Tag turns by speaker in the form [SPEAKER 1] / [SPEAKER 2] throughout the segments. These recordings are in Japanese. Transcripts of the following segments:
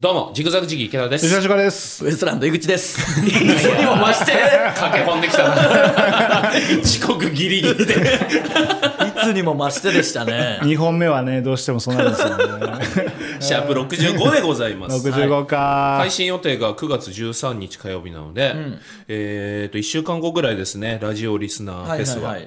[SPEAKER 1] どうも、ジグザグジギー池田です。
[SPEAKER 2] 吉田修華です。
[SPEAKER 3] ウエストランド井口です。いつにも増して、
[SPEAKER 1] 駆け込んできたな。 遅刻ギリギリで。
[SPEAKER 3] いつにも増してでしたね。
[SPEAKER 2] 二本目はね、どうしてもそうなんです よね。
[SPEAKER 1] シャープ65でございます。
[SPEAKER 2] 65か
[SPEAKER 1] 配。信予定が9月13日火曜日なので、えっと、1週間後ぐらいですね、ラジオリスナーフェスは。
[SPEAKER 3] ち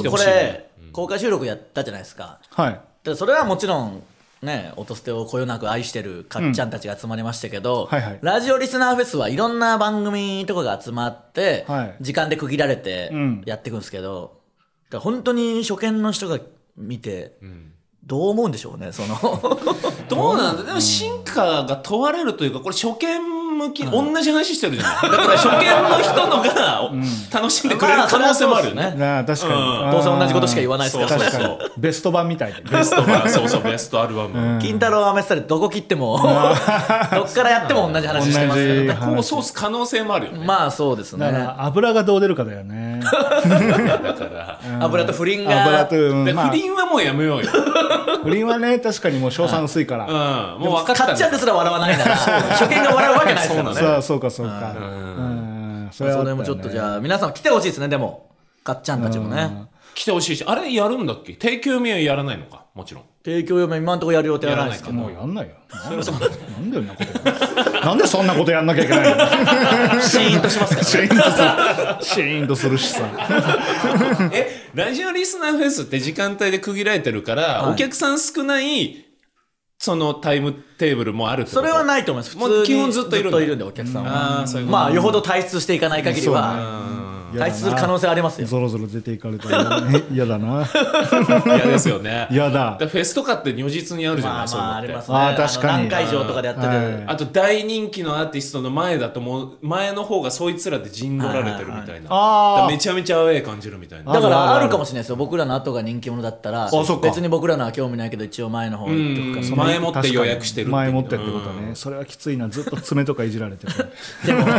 [SPEAKER 3] ょっとこれ、公開収録やったじゃないですか。
[SPEAKER 2] はい。
[SPEAKER 3] でそれはもちろん、ね、音捨てをこよなく愛してるかっちゃんたちが集まりましたけど、
[SPEAKER 2] はいはい
[SPEAKER 3] ラジオリスナーフェスはいろんな番組とかが集まって、
[SPEAKER 2] はい
[SPEAKER 3] 時間で区切られて
[SPEAKER 2] ん
[SPEAKER 3] やっていくんですけど、だから本当に初見の人が見て、どう思うんでしょうね、その。
[SPEAKER 1] どうなんだでも進化が問われるというか、これ初見向き、同じ話してるじゃ ないだから初見の人のが楽しんでくれる可能性もあるよね。
[SPEAKER 2] なあ、確かに。
[SPEAKER 1] うん
[SPEAKER 2] あー
[SPEAKER 3] どうせ同じことしか言わないです
[SPEAKER 1] そ
[SPEAKER 3] か
[SPEAKER 1] う
[SPEAKER 3] ら
[SPEAKER 1] そう
[SPEAKER 2] 確
[SPEAKER 1] そう。
[SPEAKER 2] かに。ベスト版みたいで。
[SPEAKER 1] ベストバ そうそう、ベストアルバム。
[SPEAKER 3] 金太郎アメスタ でどこ切ってもどっからやっても同じ話してますけ
[SPEAKER 2] 同
[SPEAKER 3] ど
[SPEAKER 2] じ
[SPEAKER 1] こうそうす可能性もあるよね。
[SPEAKER 3] まあそうです
[SPEAKER 2] だか
[SPEAKER 3] ね
[SPEAKER 2] ら、油がどう出るかだよね。
[SPEAKER 1] だから。
[SPEAKER 3] 油と不倫が
[SPEAKER 2] 油と、うん
[SPEAKER 1] で
[SPEAKER 2] まあ
[SPEAKER 1] 不、倫はもうやめようよ。
[SPEAKER 2] 不倫はね、確かにもう賞賛薄いから。
[SPEAKER 1] うん、もう分かったん
[SPEAKER 3] か
[SPEAKER 1] だ
[SPEAKER 3] っちゃんですら笑わないなら初見が笑うわけないですから
[SPEAKER 1] そう
[SPEAKER 3] ね
[SPEAKER 1] なの
[SPEAKER 2] そうそうか、そうか。うん。そ
[SPEAKER 3] そ
[SPEAKER 2] はあった
[SPEAKER 3] れ
[SPEAKER 2] よね
[SPEAKER 3] もちょっとじゃあ皆さん来てほしいですねでもかっちゃんたちもね
[SPEAKER 1] 来てほしいし、あれやるんだっけ提供名はやらないのか、もちろん。
[SPEAKER 3] 提供嫁今んとこやる予定はないですけ
[SPEAKER 1] や
[SPEAKER 3] ど
[SPEAKER 2] もうやんないよ。なんでよなんでそんなことやんなんでそんなことやんなきゃいけないの
[SPEAKER 3] シーンとしますから
[SPEAKER 2] シーンとする。シーンとするしさ。
[SPEAKER 1] え、ラジオリスナーフェスって時間帯で区切られてるから、
[SPEAKER 3] はい
[SPEAKER 1] お客さん少ない、そのタイムテーブルもあるってこと
[SPEAKER 3] それはないと思います
[SPEAKER 1] も
[SPEAKER 3] 普
[SPEAKER 1] う
[SPEAKER 3] 通に
[SPEAKER 1] 基本ずっといるんだ
[SPEAKER 3] んでお客さんは
[SPEAKER 1] ああ、そういうこと。
[SPEAKER 3] まあよほど退出していかない限りは
[SPEAKER 2] そうね
[SPEAKER 3] 退出する可能性ありますよ
[SPEAKER 2] ゾロゾロ出ていかれたらね嫌だな。
[SPEAKER 1] 嫌ですよ ね。
[SPEAKER 2] 嫌だ
[SPEAKER 1] からフェスとかって如実にあるじゃない、
[SPEAKER 3] まあ
[SPEAKER 1] そういう
[SPEAKER 3] まあ
[SPEAKER 1] の
[SPEAKER 3] あ
[SPEAKER 1] って
[SPEAKER 3] りますね
[SPEAKER 2] あー確かに
[SPEAKER 3] あの何会場とかでやって
[SPEAKER 2] はい
[SPEAKER 3] て
[SPEAKER 1] あと大人気のアーティストの前だともう前の方がそいつらで陣取られてるみたいな、
[SPEAKER 2] あー
[SPEAKER 1] だからめちゃめちゃアウェー感じるみたいな
[SPEAKER 3] だか
[SPEAKER 2] あるあ
[SPEAKER 3] ら
[SPEAKER 2] るあ
[SPEAKER 3] あ
[SPEAKER 2] る
[SPEAKER 3] るかもしれないですよ僕らの後が人気者だったら
[SPEAKER 2] そっか
[SPEAKER 3] 別に僕らのは興味ないけど一応前の方に行っとくか
[SPEAKER 1] 前もって予約してるっていう
[SPEAKER 2] 前もってってことね、それはきついなずっと爪とかいじられてる
[SPEAKER 3] でもお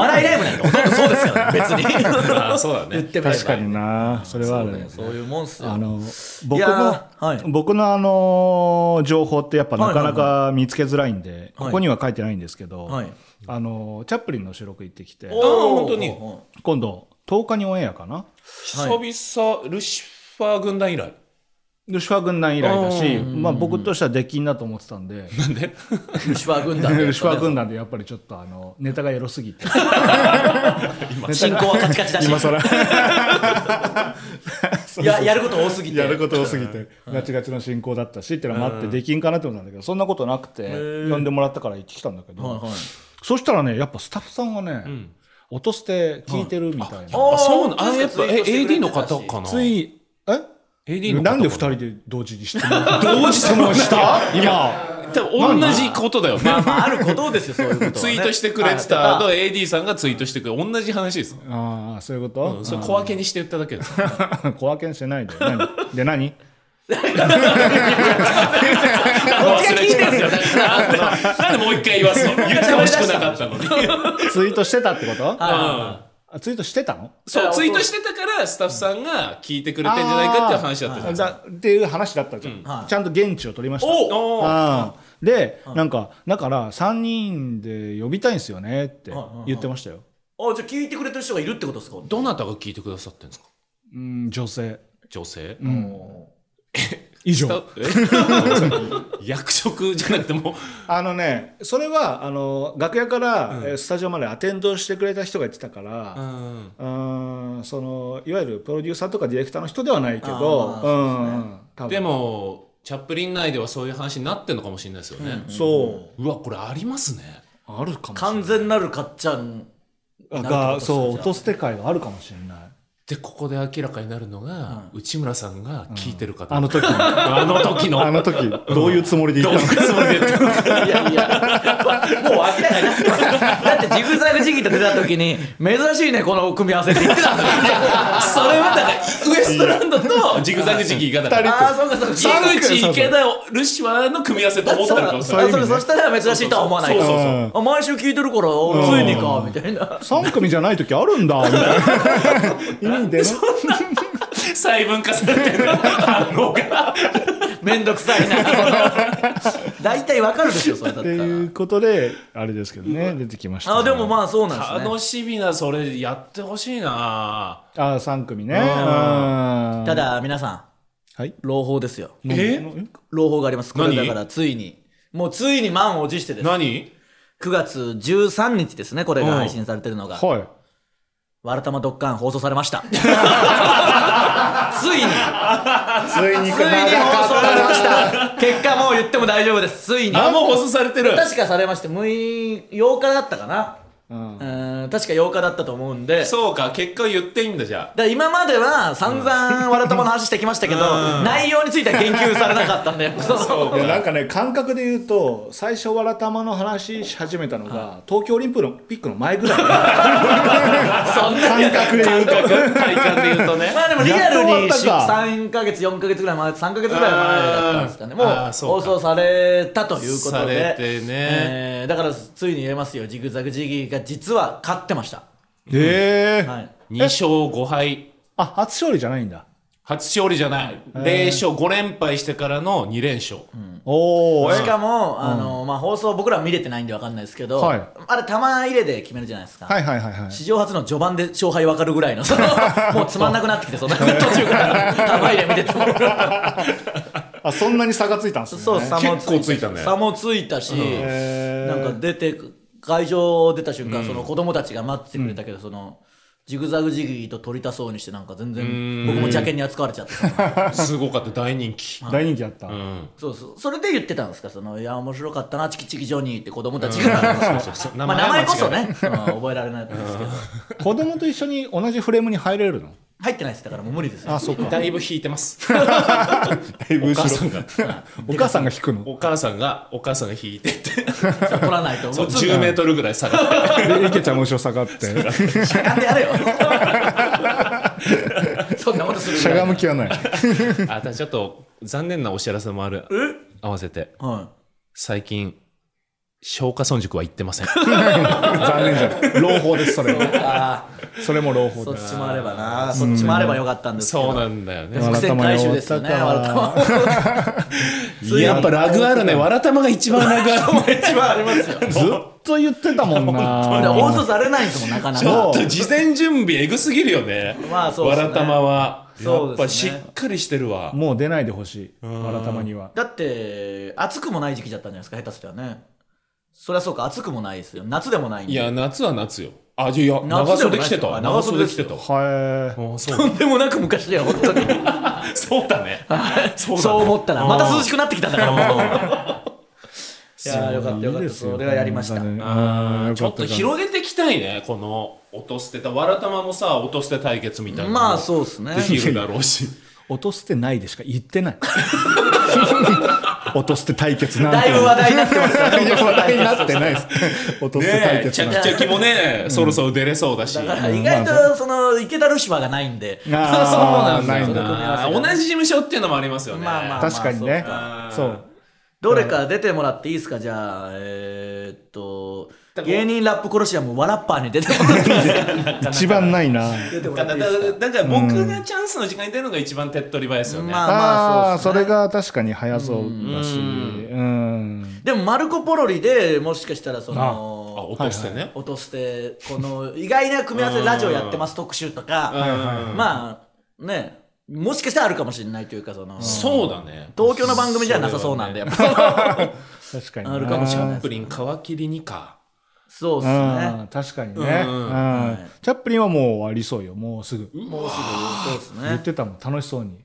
[SPEAKER 3] 笑いライブなんてほとんどそうですよね別 に
[SPEAKER 1] あーそうだ
[SPEAKER 3] 言っ
[SPEAKER 1] ね
[SPEAKER 3] てみれば
[SPEAKER 2] 確かになそれはあるね
[SPEAKER 3] そういうもんっすよ
[SPEAKER 2] あの
[SPEAKER 3] い
[SPEAKER 2] 僕
[SPEAKER 3] や
[SPEAKER 2] の
[SPEAKER 3] ーはい
[SPEAKER 2] 僕のあの情報ってやっぱなかな
[SPEAKER 3] はいは
[SPEAKER 2] か見つけづらいんで、ここには書いてないんですけど、
[SPEAKER 3] はい
[SPEAKER 2] あのチャップリンの収録行ってきて
[SPEAKER 1] お本当に
[SPEAKER 3] お
[SPEAKER 2] 今度10日にオンエアかな
[SPEAKER 1] 久々ルシファー軍団以来
[SPEAKER 2] ルシファー軍団以来だし、
[SPEAKER 1] う
[SPEAKER 2] まあ、僕としては出禁だと思ってたんで
[SPEAKER 1] なんで
[SPEAKER 3] ルシファー軍団
[SPEAKER 2] ルシファー軍
[SPEAKER 3] 団
[SPEAKER 2] 団でやっぱりちょっとあのネタがエロすぎて
[SPEAKER 3] 進行はカチカチだし
[SPEAKER 2] 今更
[SPEAKER 3] いややること多すぎて
[SPEAKER 2] やること多すぎてガチガチの進行だったしっていうのもあってできんかなって思ったんだけどそんなことなくて呼んでもらったから行ってきたんだけ
[SPEAKER 3] はい
[SPEAKER 2] ど
[SPEAKER 3] はい
[SPEAKER 2] そしたらねやっぱスタッフさんがね音捨て聞いてるみたいな
[SPEAKER 1] あそうなのあやっぱ
[SPEAKER 3] ツイー
[SPEAKER 1] え
[SPEAKER 3] トしてくれてたし
[SPEAKER 1] AD の方かな
[SPEAKER 2] ついえ
[SPEAKER 1] AD の方
[SPEAKER 2] なんで2
[SPEAKER 1] 人
[SPEAKER 2] 人で同時に質問
[SPEAKER 1] 同時質問した
[SPEAKER 2] 今
[SPEAKER 1] 多分同じことだよね
[SPEAKER 3] まああることですよそういうことはね
[SPEAKER 1] ツイートしてくれてたと AD さんがツイートしてくれ同じ話です
[SPEAKER 2] ああそういう
[SPEAKER 1] う
[SPEAKER 2] こと
[SPEAKER 1] んそれ小分けにして言っただけです
[SPEAKER 2] あー小分けにしてないで何 で何
[SPEAKER 3] こっちが聞いてるんですよ
[SPEAKER 1] なんでなんでもう一回言わすの言ってほしくなかったのに
[SPEAKER 2] ツイートしてたってこと
[SPEAKER 1] うん
[SPEAKER 2] あツイートしてたの
[SPEAKER 1] そうツイートしてたからスタッフさんが聞いてくれてんじゃないかっていう話だったじゃないですか
[SPEAKER 2] だっていう話だったじゃん、
[SPEAKER 3] はい
[SPEAKER 2] ちゃんと現地を取りました
[SPEAKER 1] おお
[SPEAKER 2] ああで、なんかだから3人で呼びたいんですよねって
[SPEAKER 3] はいはいはい
[SPEAKER 2] 言ってましたよ、
[SPEAKER 3] あじゃあ聞いてくれてる人がいるってことですか
[SPEAKER 1] どなたが聞いてくださってんですか
[SPEAKER 2] うん女性
[SPEAKER 1] 女性
[SPEAKER 2] 以上
[SPEAKER 1] え 役職じゃなくてもう
[SPEAKER 2] あのねそれはあの楽屋から、えースタジオまでアテンドしてくれた人が言ってたから、う
[SPEAKER 1] うん
[SPEAKER 2] ーんそのいわゆるプロデューサーとかディレクターの人ではないけど、
[SPEAKER 3] あー
[SPEAKER 2] うん多分
[SPEAKER 1] でもチャップリン内ではそういう話になってんのかもしれないですよね、
[SPEAKER 2] そう
[SPEAKER 1] わこれありますね
[SPEAKER 2] うあるかもしれない
[SPEAKER 3] 完全なるかっちゃん
[SPEAKER 2] あ
[SPEAKER 3] なるほ
[SPEAKER 2] が
[SPEAKER 3] ど
[SPEAKER 2] そう
[SPEAKER 3] じゃあ
[SPEAKER 2] 落と捨て会があるかもしれない
[SPEAKER 1] でここで明らかになるのが、内村さんが聞いてるかと、
[SPEAKER 2] あの時
[SPEAKER 1] あの時の
[SPEAKER 2] あの時 どういうつもりで
[SPEAKER 1] ど
[SPEAKER 2] 言
[SPEAKER 1] う
[SPEAKER 2] っ
[SPEAKER 1] い
[SPEAKER 2] たの
[SPEAKER 1] うつ もりで言ってるか
[SPEAKER 3] いやいや、もう明らかになってますだってジグザグジギーと出た時に、珍しいね、この組み合わせって言ってたんだ
[SPEAKER 1] それはだからウエストランドとジグザグジギーがだから
[SPEAKER 3] ああ、そうかそうか。ジ
[SPEAKER 1] 井
[SPEAKER 2] そう
[SPEAKER 1] 口
[SPEAKER 2] そう
[SPEAKER 1] 池田ルシファーの組み合わせと思ったのかも しれない
[SPEAKER 2] ういう意味ね
[SPEAKER 3] あそれそしたら珍しいとは思わない
[SPEAKER 1] そうそうそう
[SPEAKER 3] あ毎週聞いてるから、おついにか、みたいな。
[SPEAKER 2] 3組じゃない時あるんだみたいな 意味でね
[SPEAKER 1] 細分化されてる反応が
[SPEAKER 3] めんどくさいな。大体わかるでしょそれだっ
[SPEAKER 2] ったて
[SPEAKER 3] ら
[SPEAKER 2] いうことであれですけどね出てきました
[SPEAKER 3] あでもまあそうなんですね
[SPEAKER 1] 楽しみなそれやってほしいな
[SPEAKER 2] ああ3組ねうん
[SPEAKER 3] ただ皆さん
[SPEAKER 2] はい
[SPEAKER 3] 朗報ですよ
[SPEAKER 1] え
[SPEAKER 3] 朗報がありますこれ
[SPEAKER 1] 何
[SPEAKER 3] だからついにもうついに満を持してです
[SPEAKER 1] 何
[SPEAKER 3] 9月13日ですねこれが
[SPEAKER 1] うん
[SPEAKER 3] 配信されてるのが
[SPEAKER 2] はい
[SPEAKER 3] 「わらたまドッカン」放送され ましたついに
[SPEAKER 4] ついに
[SPEAKER 3] ついに放送されました結果もう言っても大丈夫ですついに
[SPEAKER 1] あもう放送されてる
[SPEAKER 3] 確かされまして6日8日だったかな
[SPEAKER 2] うん
[SPEAKER 3] うん確か8日だったと思うんで
[SPEAKER 1] そうか結果言っていいんだじゃ
[SPEAKER 3] だから今までは散々わらたまの話してきましたけど、内容については言及されなかったんでそう
[SPEAKER 2] いやなんかね感覚で言うと最初わらたまの話し始めたのが東京オリンピックの前 ぐらい感覚で言うと
[SPEAKER 1] あ体感で言うとね
[SPEAKER 3] まあでもリアル
[SPEAKER 2] やっ
[SPEAKER 3] に
[SPEAKER 2] と終わったか
[SPEAKER 3] 3か月4か月ぐらい前3か月ぐらい前だったんですかね
[SPEAKER 1] あ
[SPEAKER 3] も
[SPEAKER 1] ー
[SPEAKER 3] う
[SPEAKER 1] あーそう
[SPEAKER 3] 放
[SPEAKER 1] か
[SPEAKER 3] 送されたということで
[SPEAKER 1] されてね
[SPEAKER 3] えーだからついに言えますよジグザグジギーが実は勝ってました、
[SPEAKER 2] へえ
[SPEAKER 3] はい、
[SPEAKER 1] 2勝5敗
[SPEAKER 2] あ初勝利じゃないんだ
[SPEAKER 1] 初勝利じゃない0勝5連敗してからの2連勝
[SPEAKER 2] おお
[SPEAKER 3] しかも、あのまあ、放送僕らは見れてないんで分かんないですけど、
[SPEAKER 2] はい
[SPEAKER 3] あれ玉入れで決めるじゃないですか、
[SPEAKER 2] はいはいはいはい
[SPEAKER 3] 史上初の序盤で勝敗分かるぐらいのそのもうつまんなくなってきてその途中から玉入れ見てても
[SPEAKER 2] あそんなに差がついたんですね
[SPEAKER 3] そう差も
[SPEAKER 1] 結構ついたね
[SPEAKER 3] 差もついたし、
[SPEAKER 2] へ
[SPEAKER 3] なんか出てく会場出た瞬間、その子供たちが待ってくれたけど、そのジグザグジギーと取りたそうにしてなんか全然僕も邪険に扱われちゃって
[SPEAKER 1] すごかった大人気
[SPEAKER 2] 大人気だった、
[SPEAKER 1] うん
[SPEAKER 3] そうそうそれで言ってたんですかそのいや面白かったなチキチキジョニーって子供たちが、
[SPEAKER 1] そうそう
[SPEAKER 3] まあ、名前こそね、その覚えられないんですけど
[SPEAKER 2] 子供と一緒に同じフレームに入れるの
[SPEAKER 3] 入ってないですだからもう無理ですよ
[SPEAKER 2] あそうか
[SPEAKER 1] だいぶ引いてます
[SPEAKER 2] だいぶ後
[SPEAKER 1] お
[SPEAKER 2] ろ
[SPEAKER 1] 母さんが
[SPEAKER 2] お母さんが引くの
[SPEAKER 1] お母さんがお母さんが引いてって
[SPEAKER 3] 取らない と
[SPEAKER 1] そう
[SPEAKER 3] 思
[SPEAKER 1] 10メートルぐらい下がって
[SPEAKER 2] で池ちゃんも後ろ下がって
[SPEAKER 3] しゃがんでやれよそんなことするぐ
[SPEAKER 2] しゃ
[SPEAKER 3] らい
[SPEAKER 2] がむ気はない
[SPEAKER 1] あただちょっと残念なお知らせもある合わせて
[SPEAKER 3] はい
[SPEAKER 1] 最近消化村塾は行ってません
[SPEAKER 2] 残念じゃない朗報ですそれは
[SPEAKER 3] あ
[SPEAKER 2] それも朗
[SPEAKER 3] ー
[SPEAKER 2] 報
[SPEAKER 3] そ
[SPEAKER 2] で
[SPEAKER 3] っ
[SPEAKER 2] す
[SPEAKER 3] ちもあればなそっちもあればよかったんですけ ど
[SPEAKER 1] そうなんだよね
[SPEAKER 3] 伏線回収ですよね
[SPEAKER 2] わ
[SPEAKER 3] わ
[SPEAKER 2] ら
[SPEAKER 3] ら
[SPEAKER 2] た
[SPEAKER 3] た
[SPEAKER 2] ま
[SPEAKER 3] まついに
[SPEAKER 1] やっぱラグあるねわらたまが一番ラグあ る
[SPEAKER 3] 一番ありますよ
[SPEAKER 2] ずっと言ってたもん
[SPEAKER 3] だから 放送
[SPEAKER 2] な
[SPEAKER 3] されないんですもんなかな
[SPEAKER 1] ちょ
[SPEAKER 3] か
[SPEAKER 1] っと事前準備えぐすぎるよね
[SPEAKER 3] まあそうで
[SPEAKER 1] わ
[SPEAKER 3] すね
[SPEAKER 1] らたまはや
[SPEAKER 3] そ
[SPEAKER 1] っ
[SPEAKER 3] うで
[SPEAKER 1] ぱ
[SPEAKER 3] す
[SPEAKER 1] し
[SPEAKER 3] ね
[SPEAKER 1] っかりしてるわ
[SPEAKER 2] もう出ないでほしいわらたまには
[SPEAKER 3] だって暑くもない時期だったんじゃないですか下手すりゃねそりゃそうか暑くもないですよ夏でもないんで
[SPEAKER 1] いや夏は夏よあじゃあいや長
[SPEAKER 3] 夏でも
[SPEAKER 1] 袖着てた
[SPEAKER 3] ない
[SPEAKER 1] 長袖着て
[SPEAKER 3] 長袖です
[SPEAKER 1] た
[SPEAKER 3] よ
[SPEAKER 2] は
[SPEAKER 1] あそう
[SPEAKER 3] とんでもなく昔だよ 本当に
[SPEAKER 1] そうだね。そう
[SPEAKER 3] そう思ったらまた涼
[SPEAKER 1] し
[SPEAKER 3] しくなってきたんだから もういやーよか
[SPEAKER 2] い
[SPEAKER 3] ったよかったそれはやりました
[SPEAKER 1] ちょっと広げていきたいね、この落と捨てた、わらたまもさ、落と捨て対決みたいな。
[SPEAKER 3] まあそうですね
[SPEAKER 1] できるだろうし。
[SPEAKER 2] 落としてないでしか言っ てない落として対決なんて
[SPEAKER 3] だいぶ話題になってます か ら
[SPEAKER 2] いや話題になってないです落として対
[SPEAKER 1] ねえ、
[SPEAKER 2] 決
[SPEAKER 1] ち
[SPEAKER 2] な
[SPEAKER 1] ゃき
[SPEAKER 2] んて
[SPEAKER 1] ちゃきもね、そろそろ出れそうだし。
[SPEAKER 3] だから意外とその池田ルシファーがないんで
[SPEAKER 2] あー
[SPEAKER 1] そうなんだよ
[SPEAKER 3] な
[SPEAKER 1] ない
[SPEAKER 3] んだ
[SPEAKER 1] 同じ事務所っていうのもありますよね。
[SPEAKER 3] まあまあ
[SPEAKER 2] 確かにね
[SPEAKER 1] まあ
[SPEAKER 2] そ
[SPEAKER 1] そうう
[SPEAKER 3] どれか出てもらっていいですかじゃあえーっと芸人ラップコロシアムわらっぱーに出てもらっていい ですか
[SPEAKER 2] 一番ないな
[SPEAKER 3] 出てもら
[SPEAKER 1] だ
[SPEAKER 3] って
[SPEAKER 1] か
[SPEAKER 3] い
[SPEAKER 1] ら
[SPEAKER 3] いですか
[SPEAKER 1] だからだから僕がチャンスの時間に出るのが一番手っ取り早いですよね。
[SPEAKER 3] まあ
[SPEAKER 2] ああ
[SPEAKER 3] そ
[SPEAKER 2] そう
[SPEAKER 3] ですね
[SPEAKER 2] れが確かに早そうだしうん
[SPEAKER 3] でもマルコ・ポロリでもしかしたらそ
[SPEAKER 1] あ、
[SPEAKER 3] の
[SPEAKER 1] 落としてね。
[SPEAKER 3] 落としてこの意外な組み合わせでラジオやってます特集とかまあねもしかしたらあるかもしれないというかその東
[SPEAKER 1] そうだね。
[SPEAKER 3] 京の番組じゃなさそうなんで
[SPEAKER 1] そ
[SPEAKER 3] やっぱ
[SPEAKER 2] 確かに
[SPEAKER 3] あるかもし
[SPEAKER 1] チ
[SPEAKER 3] れない
[SPEAKER 1] ャップリン、皮切りにか。
[SPEAKER 3] そうです
[SPEAKER 2] う
[SPEAKER 3] ね
[SPEAKER 2] ん確かにね
[SPEAKER 1] う
[SPEAKER 2] うんん
[SPEAKER 3] はい
[SPEAKER 2] チャップリンはもう終わりそうよもうすぐ
[SPEAKER 3] もうすぐそうですね
[SPEAKER 2] 言ってたもん楽しそうに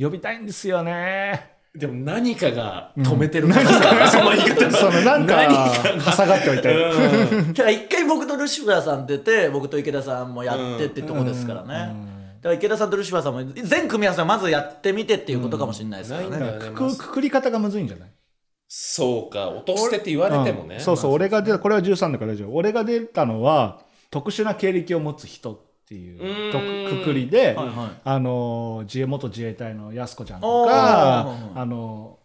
[SPEAKER 2] 呼びたいんですよね
[SPEAKER 1] でも何かが止めてるから、その言い方
[SPEAKER 2] そのなんか
[SPEAKER 1] 何
[SPEAKER 2] 下がっておいて
[SPEAKER 3] ただ一回僕とルシファーさん出て僕と池田さんもやってってとこですからね、だから池田さんとルシファーさんも全組み合わせをまずやってみてっていうことかもしれないですからね、
[SPEAKER 1] うんないんだよ
[SPEAKER 2] くくくくり方がむずいんじゃない
[SPEAKER 1] そうか落としてって言われてもね、
[SPEAKER 2] うんそうそう俺が出たこれは13だから大丈夫俺が出たのは特殊な経歴を持つ人っていうと
[SPEAKER 1] ーん
[SPEAKER 2] くくりで、
[SPEAKER 3] はいはい
[SPEAKER 2] あの自衛元自衛隊のやす子ちゃんと
[SPEAKER 3] お
[SPEAKER 2] か
[SPEAKER 3] ー
[SPEAKER 2] あの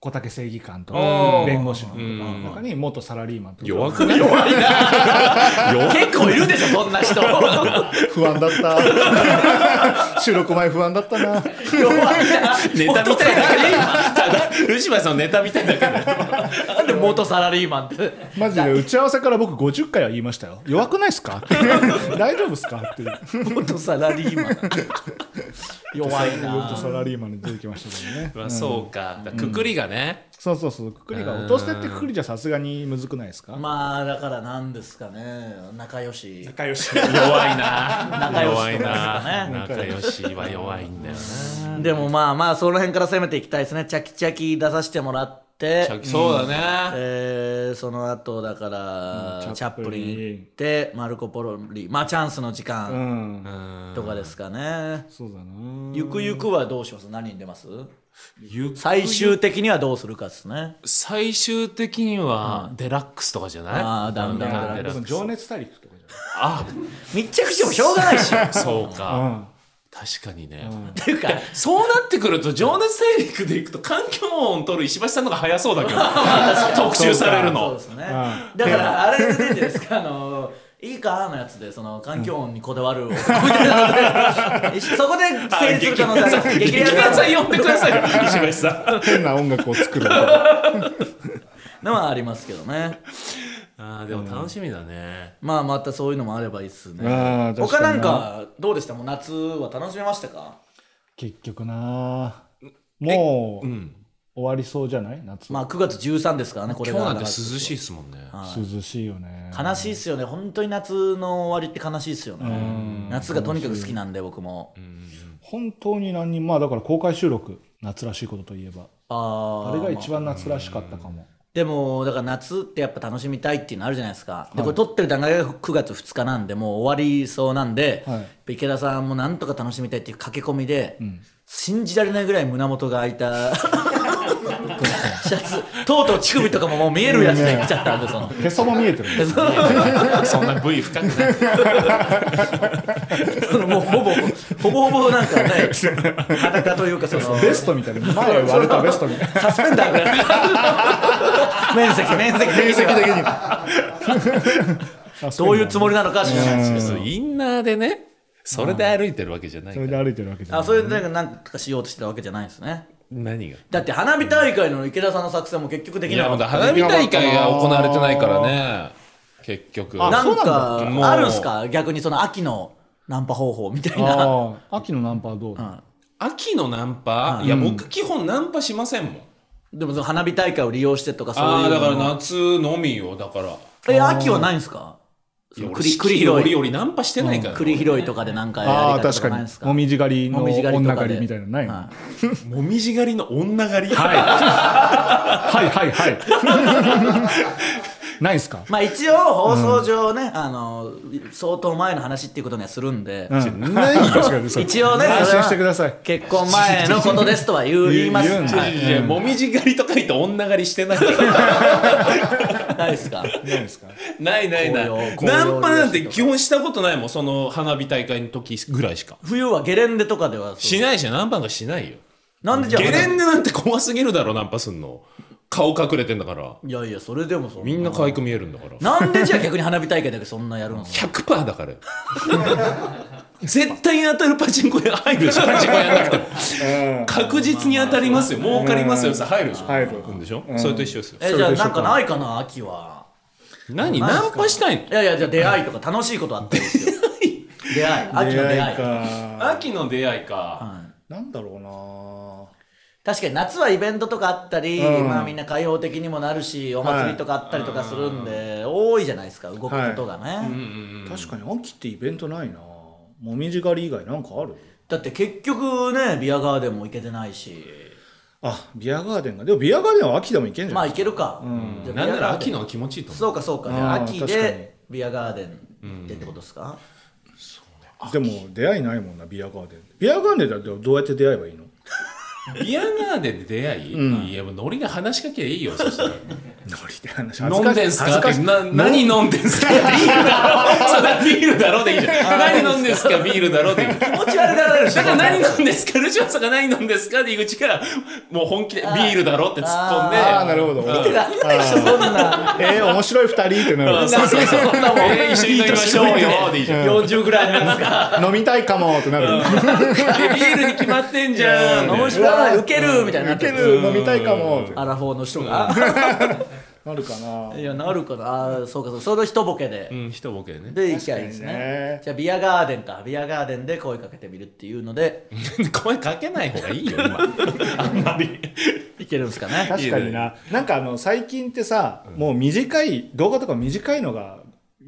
[SPEAKER 2] 小竹正義感と
[SPEAKER 3] う
[SPEAKER 2] か
[SPEAKER 3] ん
[SPEAKER 2] 弁護士のとか
[SPEAKER 1] うん
[SPEAKER 2] 中に元サラリーマンとか
[SPEAKER 1] 弱くない弱いな弱
[SPEAKER 3] 結構いるでしょそんな人
[SPEAKER 2] 不安だった 収録前不安だったな
[SPEAKER 3] 弱い
[SPEAKER 1] ネタみたいだけどただ漆原さんのネタみたいだけど
[SPEAKER 3] なんで元サラリーマンって
[SPEAKER 2] マジで打ち合わせから僕50回は言いましたよ弱くないっ すか大丈夫っすかって
[SPEAKER 3] 元サラリーマン弱い
[SPEAKER 2] 元
[SPEAKER 3] な
[SPEAKER 2] サラリーマンで出てきましたけどね、
[SPEAKER 1] まあそうかだからくくりがね
[SPEAKER 2] そうそうそうくくりが落としてってくくりじゃさすがにむずくないですか、
[SPEAKER 3] まあだからなんですかね仲良し
[SPEAKER 2] 仲良し
[SPEAKER 1] 弱いな
[SPEAKER 3] 仲良し
[SPEAKER 1] 弱いな
[SPEAKER 2] 仲
[SPEAKER 1] 仲
[SPEAKER 2] 良
[SPEAKER 1] 良しは弱いんだよな
[SPEAKER 3] でもまあまあその辺から攻めていきたいですねチャキチャキ出させてもらって
[SPEAKER 1] さっきそうだね
[SPEAKER 3] えーその後だから、
[SPEAKER 2] うん
[SPEAKER 3] チャッ
[SPEAKER 2] チャップ
[SPEAKER 3] プリン
[SPEAKER 2] リン
[SPEAKER 3] 行ってマルコ・ポロリまあチャンスの時
[SPEAKER 2] う
[SPEAKER 3] 間
[SPEAKER 2] ん、
[SPEAKER 1] うん
[SPEAKER 3] とかですかね、
[SPEAKER 2] そうだな
[SPEAKER 3] ゆくゆくはどうします何に出ます
[SPEAKER 1] ゆっ
[SPEAKER 3] 最終的にはどうするかですね
[SPEAKER 1] 最終的にはデラックスとかじゃない
[SPEAKER 3] あーだんだん
[SPEAKER 1] う
[SPEAKER 3] だんだん
[SPEAKER 1] デラッ
[SPEAKER 2] 僕
[SPEAKER 1] クス
[SPEAKER 2] 情熱大陸とかじ
[SPEAKER 1] あ
[SPEAKER 3] 密着してもしょうがないしっ
[SPEAKER 1] そう
[SPEAKER 2] ゃない
[SPEAKER 1] か確かにね
[SPEAKER 3] ていうか
[SPEAKER 1] そうなってくると情熱大陸でいくと環境音取る石橋さんの方が早 そうだけど特集される
[SPEAKER 3] そう
[SPEAKER 1] の
[SPEAKER 3] ですねだからあれで出てるんですかあのいいかのやつでその環境音にこだわるを、 みたいなのでそこで成立する可能性ある
[SPEAKER 1] 劇
[SPEAKER 3] レア
[SPEAKER 1] 団さん呼んでくださいよ石橋さ
[SPEAKER 2] うん、変な音楽を作る
[SPEAKER 3] のはありますけどね
[SPEAKER 1] ん あーでも楽しみだね
[SPEAKER 3] まあまたそういうのもあればいいっす
[SPEAKER 2] あ
[SPEAKER 3] ね
[SPEAKER 2] あ確かにな
[SPEAKER 3] 他なんかどうでしたもう夏は楽しめましたか
[SPEAKER 2] 結局なもう、
[SPEAKER 1] うん
[SPEAKER 2] 終わりそうじゃない夏、
[SPEAKER 3] まあ9月13ですからねこれ
[SPEAKER 1] 今日
[SPEAKER 3] が
[SPEAKER 1] なんて涼しいですもんね
[SPEAKER 2] 涼しいよね
[SPEAKER 3] 悲しいっすよね本当に夏の終わりって悲しいっすよね
[SPEAKER 2] ん
[SPEAKER 3] 夏がとにかく好きなんで僕も
[SPEAKER 2] 本当に何人まあだから公開収録夏らしいことといえばあ
[SPEAKER 3] あー
[SPEAKER 2] れが一番夏らしかったかも
[SPEAKER 3] でもだから夏ってやっぱ楽しみたいっていうのあるじゃないですかでこれ撮ってる段階が9月2日なんでもう終わりそうなんで
[SPEAKER 2] はい
[SPEAKER 3] 池田さんもなんとか楽しみたいっていう駆け込みで信じられないぐらい胸元が開い たシャツとうとう乳首とかももう見えるやつで来ちゃったんで その
[SPEAKER 2] へそも見えてるね
[SPEAKER 1] そんな部位深くない
[SPEAKER 3] そのもうほぼほぼほぼなんかね 裸というかその
[SPEAKER 2] ベストみたいな前割れたベストみたいな
[SPEAKER 3] サスペンダーぐらい 面積面積面積的に どういうつもりなのか知らないですけど
[SPEAKER 1] そうインナーでねそれで歩いてるわけじゃない
[SPEAKER 2] そ
[SPEAKER 1] か
[SPEAKER 2] れ
[SPEAKER 1] ら
[SPEAKER 2] で歩いてるわけじゃ
[SPEAKER 3] あ
[SPEAKER 2] ない
[SPEAKER 3] それでなんかなんとかしようとしてたわけじゃないんですね
[SPEAKER 1] 何が
[SPEAKER 3] だって花火大会の池田さんの作戦も結局で
[SPEAKER 1] い
[SPEAKER 3] きな
[SPEAKER 1] や
[SPEAKER 3] か
[SPEAKER 1] ま
[SPEAKER 3] っ
[SPEAKER 1] だ
[SPEAKER 3] た
[SPEAKER 1] 花火大会が行われてないからね結局
[SPEAKER 2] あ
[SPEAKER 3] なん
[SPEAKER 2] そう
[SPEAKER 3] か
[SPEAKER 1] なんだ
[SPEAKER 3] あるんすか逆にその秋のナンパ方法みたいな
[SPEAKER 2] ああ秋のナンパはどう、
[SPEAKER 1] 秋のナンパ、いや僕基本ナンパしませんもん
[SPEAKER 3] でもその花火大会を利用してとかそう
[SPEAKER 1] あ
[SPEAKER 3] い
[SPEAKER 1] あ
[SPEAKER 3] うの
[SPEAKER 1] だから夏のみよだから
[SPEAKER 3] え秋はないんすかその
[SPEAKER 1] 俺
[SPEAKER 3] 栗栗
[SPEAKER 1] 四季折
[SPEAKER 3] 拾い
[SPEAKER 1] 々ナンパしてないから、
[SPEAKER 3] 栗拾いとかで何回
[SPEAKER 2] あ
[SPEAKER 3] や
[SPEAKER 2] あ
[SPEAKER 3] りたい
[SPEAKER 2] 確
[SPEAKER 3] とかない
[SPEAKER 2] か
[SPEAKER 3] ん
[SPEAKER 2] に
[SPEAKER 3] すか
[SPEAKER 2] もみじ狩りの
[SPEAKER 3] もみじ狩りと
[SPEAKER 2] 女
[SPEAKER 3] かで
[SPEAKER 2] 狩りみたいなのないの、
[SPEAKER 3] は
[SPEAKER 1] もみじ狩りの女狩りはい
[SPEAKER 2] はい、はいはい ないんすか
[SPEAKER 3] まあ一応放送上ね、あの相当前の話っていうことにはするんで、
[SPEAKER 2] ないよ確かにそう
[SPEAKER 3] 一応ね
[SPEAKER 2] 安
[SPEAKER 3] それは
[SPEAKER 2] 心してください
[SPEAKER 3] 結婚前のことですとは言う言います
[SPEAKER 2] 言うんだ
[SPEAKER 3] はい
[SPEAKER 1] やいやもみじ狩りと書いて女狩りしてないから
[SPEAKER 3] ないですか
[SPEAKER 2] ないんすか
[SPEAKER 1] ないないない
[SPEAKER 3] 紅葉紅
[SPEAKER 1] ナ
[SPEAKER 3] 葉
[SPEAKER 1] ンパなんて基本したことないもんその花火大会の時ぐらいしか
[SPEAKER 3] 冬はゲレンデとかではそう
[SPEAKER 1] しないしナンパがしないよ
[SPEAKER 3] なんでじゃあ
[SPEAKER 1] ゲレンデなんて怖すぎるだろナンパすんの顔隠れてんだから
[SPEAKER 3] いやいやそれでもそう
[SPEAKER 1] みんな可愛く見えるんだから
[SPEAKER 3] なんでじゃあ逆に花火大会だけそんなやるんすか
[SPEAKER 1] 100%だからよ絶対に当たるパチンコ屋入るでしょパチンコ屋やんなくても確実に当たりますよ儲かりますよさ入るでしょ
[SPEAKER 2] 入る
[SPEAKER 1] んでしょそれと一緒ですよ
[SPEAKER 3] え
[SPEAKER 2] そ
[SPEAKER 3] じ
[SPEAKER 2] れ
[SPEAKER 3] ゃあ
[SPEAKER 2] でしょ
[SPEAKER 3] なんかないかな秋は
[SPEAKER 1] 何
[SPEAKER 3] ないっすか
[SPEAKER 1] ナンパしたいの
[SPEAKER 3] いやいやじゃあ出会いとか楽しいことあったんですよ出会い秋の出会い
[SPEAKER 2] か
[SPEAKER 1] 秋の出会いか
[SPEAKER 3] はい
[SPEAKER 2] なんだろう
[SPEAKER 3] 確かに夏はイベントとかあったり、
[SPEAKER 2] うん
[SPEAKER 3] まあみんな開放的にもなるしお祭りとかあったりとかするんで、多いじゃないですか動くことがね、
[SPEAKER 2] な確かに秋ってイベントないなもみじ狩り以外なんかある
[SPEAKER 3] だって結局ねビアガーデンも行けてないし
[SPEAKER 2] あビアガーデンがでもビアガーデンは秋でも行けんじゃ
[SPEAKER 3] ま
[SPEAKER 2] な
[SPEAKER 3] あ
[SPEAKER 2] い
[SPEAKER 3] 行けるか、じゃあ
[SPEAKER 1] なんなら秋
[SPEAKER 3] ビアガーデン
[SPEAKER 1] の気持ちいいと思う
[SPEAKER 3] そうかそうかじゃあ
[SPEAKER 2] うん
[SPEAKER 3] 秋
[SPEAKER 2] 確かに
[SPEAKER 3] でビアガーデンでってことですか、
[SPEAKER 2] でも出会いないもんなビアガーデンビアガーデンだってどうやって出会えばいいの
[SPEAKER 1] ビアガーデンで出会い、
[SPEAKER 2] うん
[SPEAKER 1] いやもうノリで話しかけりゃいいよそしたら
[SPEAKER 2] ノリで話恥ず
[SPEAKER 1] 飲ん
[SPEAKER 2] かしい
[SPEAKER 1] でんすか
[SPEAKER 2] 恥ず
[SPEAKER 1] って
[SPEAKER 2] しい
[SPEAKER 1] な何飲んでん すかってビールだろそうだビールだろでいい じゃん何飲んでんすかビールだろでいい 気持ち悪がられるだから何飲んですかルシオさんが何飲んですかで井口からもう本気でビールだろって突っ込んで
[SPEAKER 2] ああなるほど
[SPEAKER 1] うん
[SPEAKER 3] てかいないでしょそんな
[SPEAKER 2] えー、面白い二人ってな
[SPEAKER 1] うん
[SPEAKER 2] る
[SPEAKER 1] そうそう そうそんなもんえー一緒に飲みましょうよでいいじゃん
[SPEAKER 3] 40ぐらいなんですか
[SPEAKER 2] 飲みたいかもってなる
[SPEAKER 1] ビールに決まってんじゃん
[SPEAKER 3] 面白いウケるみたいにな
[SPEAKER 2] ウ
[SPEAKER 3] って
[SPEAKER 2] ケ
[SPEAKER 3] る
[SPEAKER 2] る飲みたいかもって
[SPEAKER 3] アラフォーの人が
[SPEAKER 2] なるかない
[SPEAKER 3] やなるからあーそうかそうその一ボケで
[SPEAKER 1] うん一ボケ ね
[SPEAKER 3] で行きゃいいです
[SPEAKER 2] 確かにね
[SPEAKER 3] ねじゃあビアガーデンかビアガーデンで声かけてみるっていうので
[SPEAKER 1] 声かけない方がいいよ今あんまり
[SPEAKER 3] いけるんですかね
[SPEAKER 2] 確かにななんかあの最近ってさ、もう短い動画とか短いのが